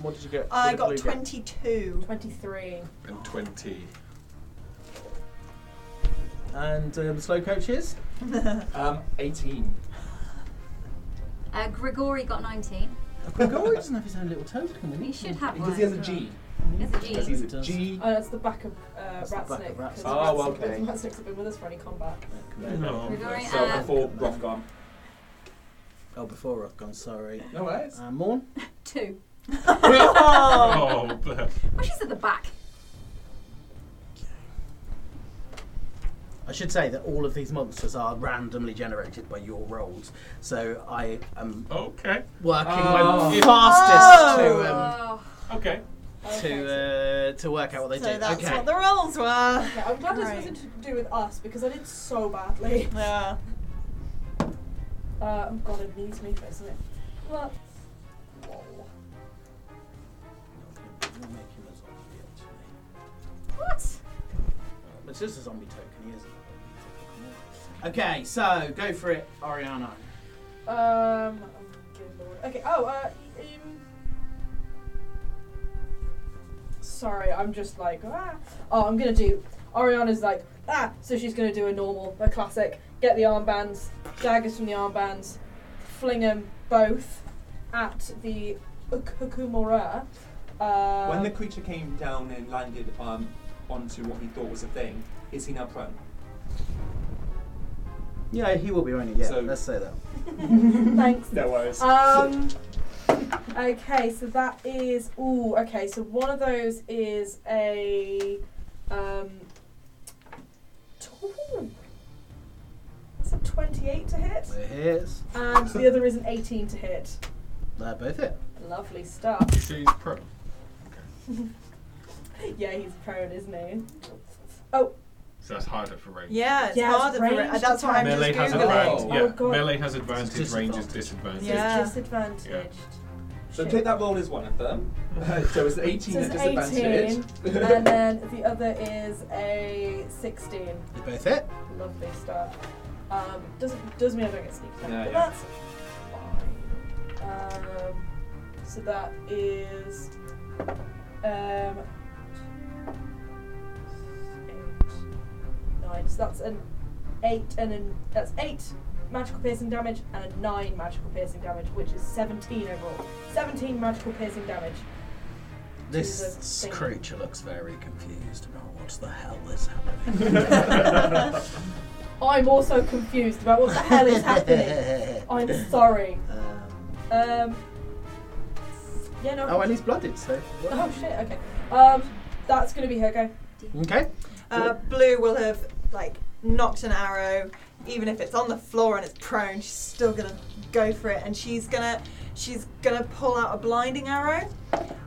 what did you get? I What did got Blue get? twenty-two. twenty three. And 20. And um, slow coaches. um, 18. Uh, Grigori got 19. Gregory doesn't have his own little toad coming. He should have one. Because he has a G. It's a Because G. he's a does. G. Oh, that's the back of uh, That's the back of Ratsnick. 'cause Ratsnick. Oh, Ratsnick- okay. Ratsnick's been with us for any combat. No. Grigori So uh, before Rothgon. Oh, before I've gone. Sorry. No, that is. Uh, Morn. 2. Oh, but Well, she's at the back. I should say that all of these monsters are randomly generated by your rolls, so I am okay. working Oh. my fastest um, Oh. Okay. to um, to uh, to work out what they So do. that's okay. what the rolls were. Yeah, I'm glad this Great. wasn't to do with us because I did so badly. Yeah. Uh, oh god, it needs me for something. Well, What? It's just a zombie token, he is. Okay, so go for it, Ariana. Um, oh, good lord. Okay. Oh, uh, um. Sorry, I'm just like ah. Oh, I'm gonna do. Ariana's like ah, so she's gonna do a normal, a classic. Get the armbands, daggers from the armbands, fling them both at the Ukukumura. Uh, When the creature came down and landed um, onto what he thought was a thing, is he now prone? Yeah, he will be running, yeah, So- let's say that. thanks. No worries. Um. Okay, so that is ooh. Okay, so one of those is a um. t- ooh. That's a twenty-eight to hit, It hits. and the other is an eighteen to hit. They're both it. Lovely stuff. You say he's pro. Yeah, he's prone, isn't he? So that's harder for range. Yeah, it's Yeah, it's harder for ranged it. That's what I'm Melee just has googling. advantage. Oh, Yeah, God. melee has advantage. It's Range is disadvantage. disadvantage. Yeah. He's disadvantaged. So Shit. take that roll as one of them. Uh, so it's 18 So at it's 18, disadvantage. and then the other is a sixteen. They're both it. Lovely stuff. Um, doesn't doesn't mean I don't get sneak attack, No, but yeah. that's fine. Um, so that is um, eight, nine. So that's an eight and an that's eight magical piercing damage and a nine magical piercing damage, which is seventeen overall. Seventeen magical piercing damage. This Jesus, s- thing. creature looks very confused about what the hell is happening. I'm also confused about what the hell is happening. I'm sorry. Um, Um, yeah, no. oh, and he's blooded, so. Oh shit. Okay. Um, that's gonna be her go. Okay. Uh, Blue will have like knocked an arrow, even if it's on the floor and it's prone. She's still gonna go for it, and she's gonna she's gonna pull out a blinding arrow,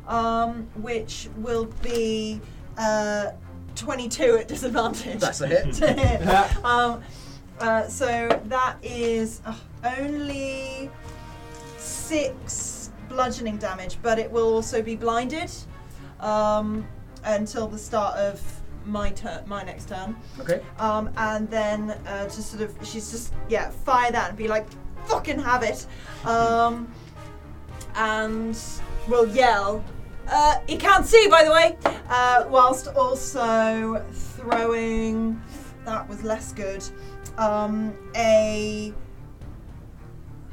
um, which will be uh, 22 at disadvantage. That's a hit. um, uh, so that is uh, only six bludgeoning damage, but it will also be blinded um, until the start of my turn, my next turn. Okay. Um, and then uh, to sort of, she's just yeah, fire that and be like, fucking have it, um, and will yell. Uh, you can't see, by the way. Uh, whilst also throwing, that was less good. Um, a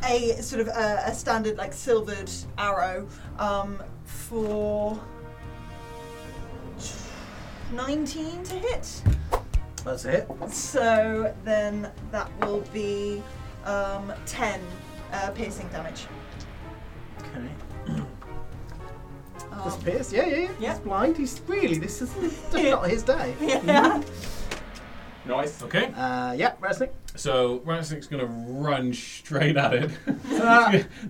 a sort of uh, a, a standard like silvered arrow um, for 19 to hit. That's a hit. So then that will be um, 10 uh, piercing damage. Okay. Um, Just Pierce. Yeah, yeah, yeah. Yeah. He's blind. He's really, this is Yeah. not his day. yeah. nice. Okay, Uh, yeah, Resnick. so Ratstick's gonna run straight at it.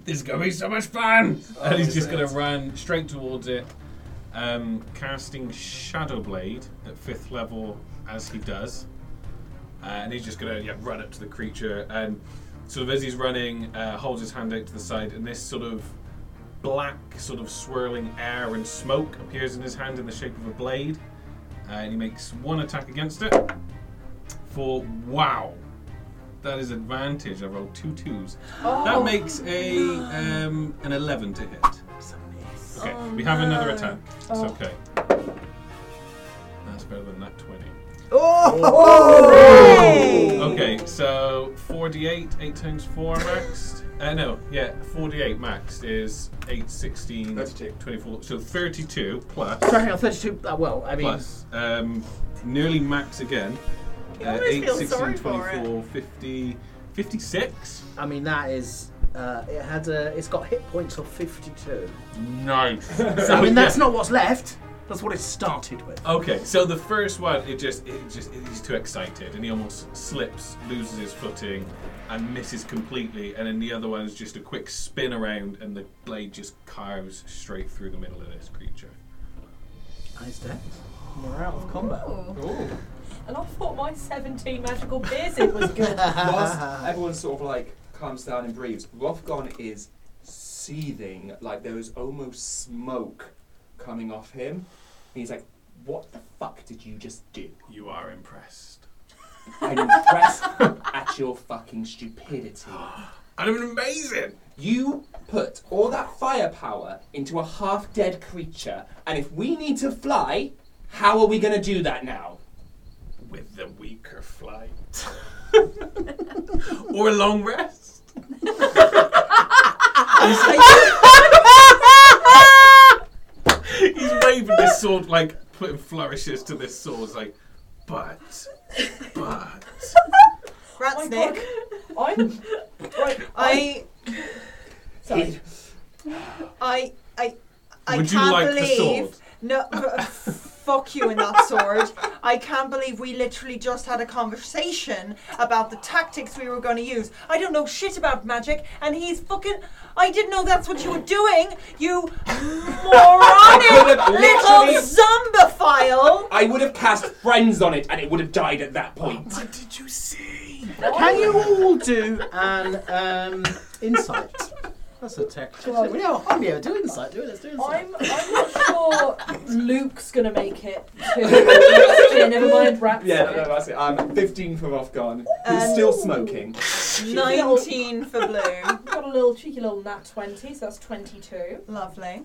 this is gonna be so much fun! and he's just gonna run straight towards it, um, casting Shadow Blade at fifth level as he does. Uh, and he's just gonna yeah, run up to the creature and sort of as he's running, uh, holds his hand out to the side, and this sort of black, sort of swirling air and smoke appears in his hand in the shape of a blade. Uh, and he makes one attack against it. For wow, that is advantage. I rolled two twos. That makes a um, an eleven to hit. Okay, we have another attack. It's Oh. okay. That's better than that twenty. Oh! Oh! Okay, so 48, 8 times 4 maxed. Uh, no, yeah, 48 maxed is 8, 16, 32. 24. So 32 plus. Sorry, I'm 32. Uh, well, I mean, plus um, nearly max again. Uh, almost 8, feels 16, sorry for 24, 50, 56. I mean that is. Uh, it had a. It's got hit points of 52. Nice. Oh, I mean that's yeah. not what's left. That's what it started with. Okay, so the first one, it just, it just, he's too excited, and he almost slips, loses his footing, and misses completely. And then the other one is just a quick spin around, and the blade just carves straight through the middle of this creature. Nice death. We're out of combat. And I thought my 17 magical piercing was good. Whilst everyone sort of like calms down and breathes, Rothgon is seething, like there is almost smoke coming off him. And he's like, What the fuck did you just do? You are impressed. I'm impressed at your fucking stupidity. I'm amazing. You put all that firepower into a half dead creature, and if we need to fly, how are we gonna do that now? With the weaker flight. or a long rest. He's waving this sword, like putting flourishes to this sword, it's like, but, but. Rat my snake. I'm right. I, Sorry. I, I, I Would you can't like the believe. sword? No, but, uh, fuck you in that sword. I can't believe we literally just had a conversation about the tactics we were going to use. I don't know shit about magic, and he's fucking. I didn't know that's what you were doing, you moronic could've little literally- zombophile. I would have cast friends on it, and it would have died at that point. What did you see? Can you all do an um, insight? That's a tech. Well, we don't hardly ever do insight, do we? Let's do insight. I'm, I'm not sure Luke's gonna make it. To yeah, never mind rats. Yeah, no, no, that's it. I'm 15 for Rothgarn. He's Um, still smoking. Nineteen for blue. Got a little cheeky little nat twenty, so that's twenty-two. Lovely.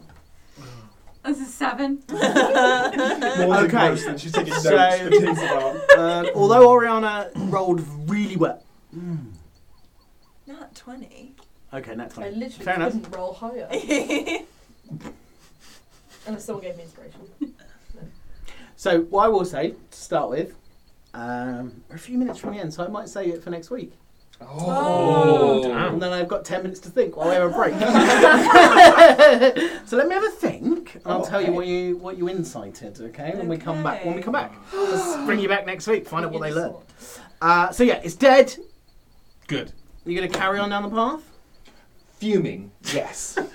This is seven. More than Okay. gross than she's taking notes So- for things about. Um, although Oriana rolled really well. Not twenty. Okay, next I one. literally Fair enough. couldn't roll higher unless someone gave me inspiration. So, what I will say to start with, um, we're a few minutes from the end, so I might say it for next week. Oh, And damn. then I've got 10 minutes to think while we have a break. so let me have a think, and I'll tell you what you what you insighted, okay? When we come back, when we come back, Let's bring you back next week. Find out what they learned. Uh, so yeah, it's dead. Good. You're gonna carry on down the path. Fuming, yes.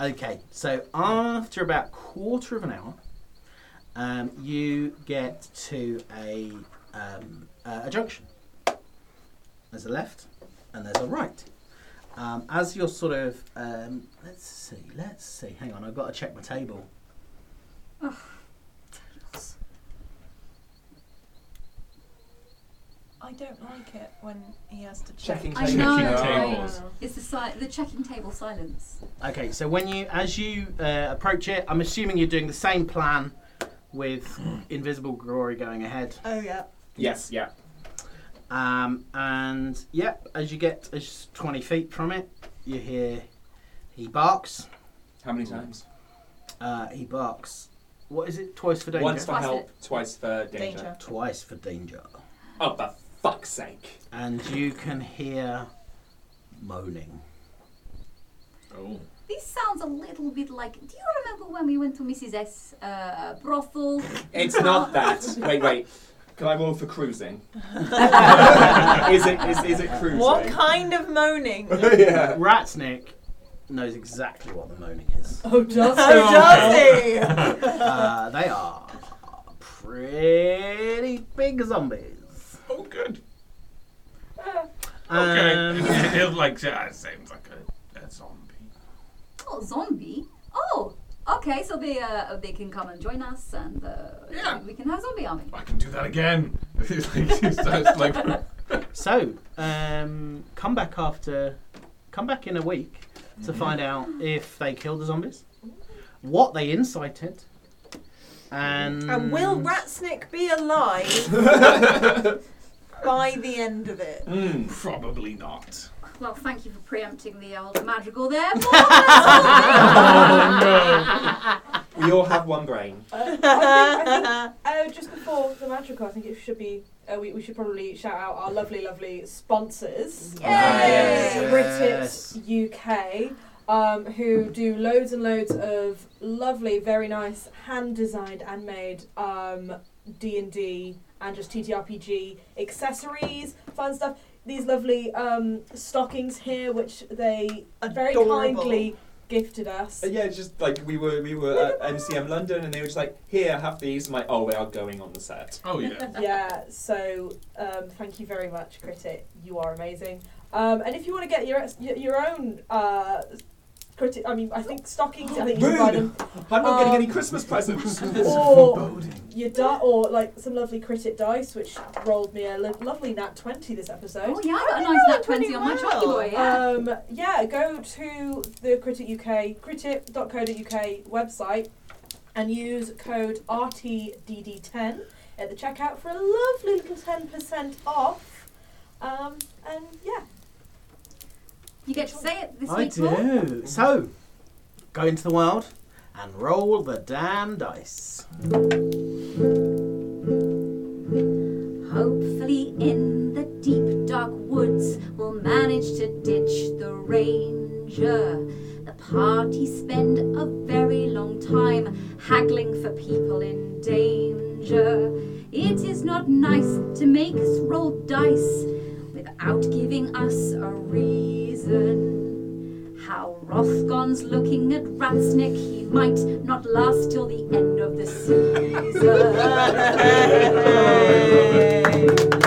Okay, so after about quarter of an hour, um, you get to a um, uh, a junction. There's a left, and there's a right. Um, as you're sort of um, let's see, let's see. Hang on, I've got to check my table. I don't like it when he has to check. Checking I tables. know, tables. It's the si- the checking table silence. Okay, so when you as you uh, approach it, I'm assuming you're doing the same plan with invisible glory going ahead. Oh yeah. Yes, yeah. Um, and yep, as you get as 20 feet from it, you hear he barks. How many times? Uh, he barks. What is it? Twice for danger. Once for Twice help, twice for danger. Danger. Twice for danger. Oh, for fuck's sake. And you can hear moaning. Oh. This sounds a little bit like. Do you remember when we went to Mrs. S uh, brothel? It's not that. wait, wait. Can I roll for cruising? is it is, is it cruising? What kind of moaning? Oh, yeah. Ratsnick knows exactly what the moaning is. Oh, does Oh, does he? uh, they are pretty big zombies. Oh, good. Okay. Um, He'll like, yeah, it seems like a, a zombie. Oh, zombie. Oh, okay. So they uh, they can come and join us, and uh, Yeah. we can have zombie army. I can do that again. He's like, he starts like, So, um, come back after, come back in a week to find out if they killed the zombies, what they incited, and And will Ratsnick be alive by the end of it? Mm. probably not. Well, thank you for preempting the old madrigal there. Paul. Oh, We all have one brain. Uh, I think, I think, uh, just before the magical, I think it should be. Uh, we, we should probably shout out our lovely, lovely sponsors, Oh, Yes. British UK, um, who do loads and loads of lovely, very nice, hand-designed and made um, D and D and just TTRPG accessories, fun stuff. These lovely um, stockings here, which they very Adorable. kindly gifted us. Uh, yeah, it's just like we were we were at MCM London and they were just like, here, have these. I'm like, oh, we are going on the set. Oh, yeah. yeah, so um, thank you very much, Critic. You are amazing. Um, and if you want to get your ex- your- your own uh, criti- I mean, I think stockings. I think you buy Rude! them, I'm not getting Um, any Christmas presents. or your di- or like some lovely critic dice, which rolled me a lo- lovely nat twenty this episode. Oh yeah, I got a I nice know, nat twenty on my pretty well. jockey boy. Yeah. Um, yeah, go to the Critic UK, critic.co.uk website and use code RTDD10 at the checkout for a lovely little 10% off. Um, and yeah, you get to say it this I week. Paul. do. So, go into the world and roll the damn dice. Hopefully, in the deep dark woods, we'll manage to ditch the ranger. The party spend a very long time haggling for people in danger. It is not nice to make us roll dice without giving us a reason. How Rothgon's looking at Ratsnick, he might not last till the end of the season.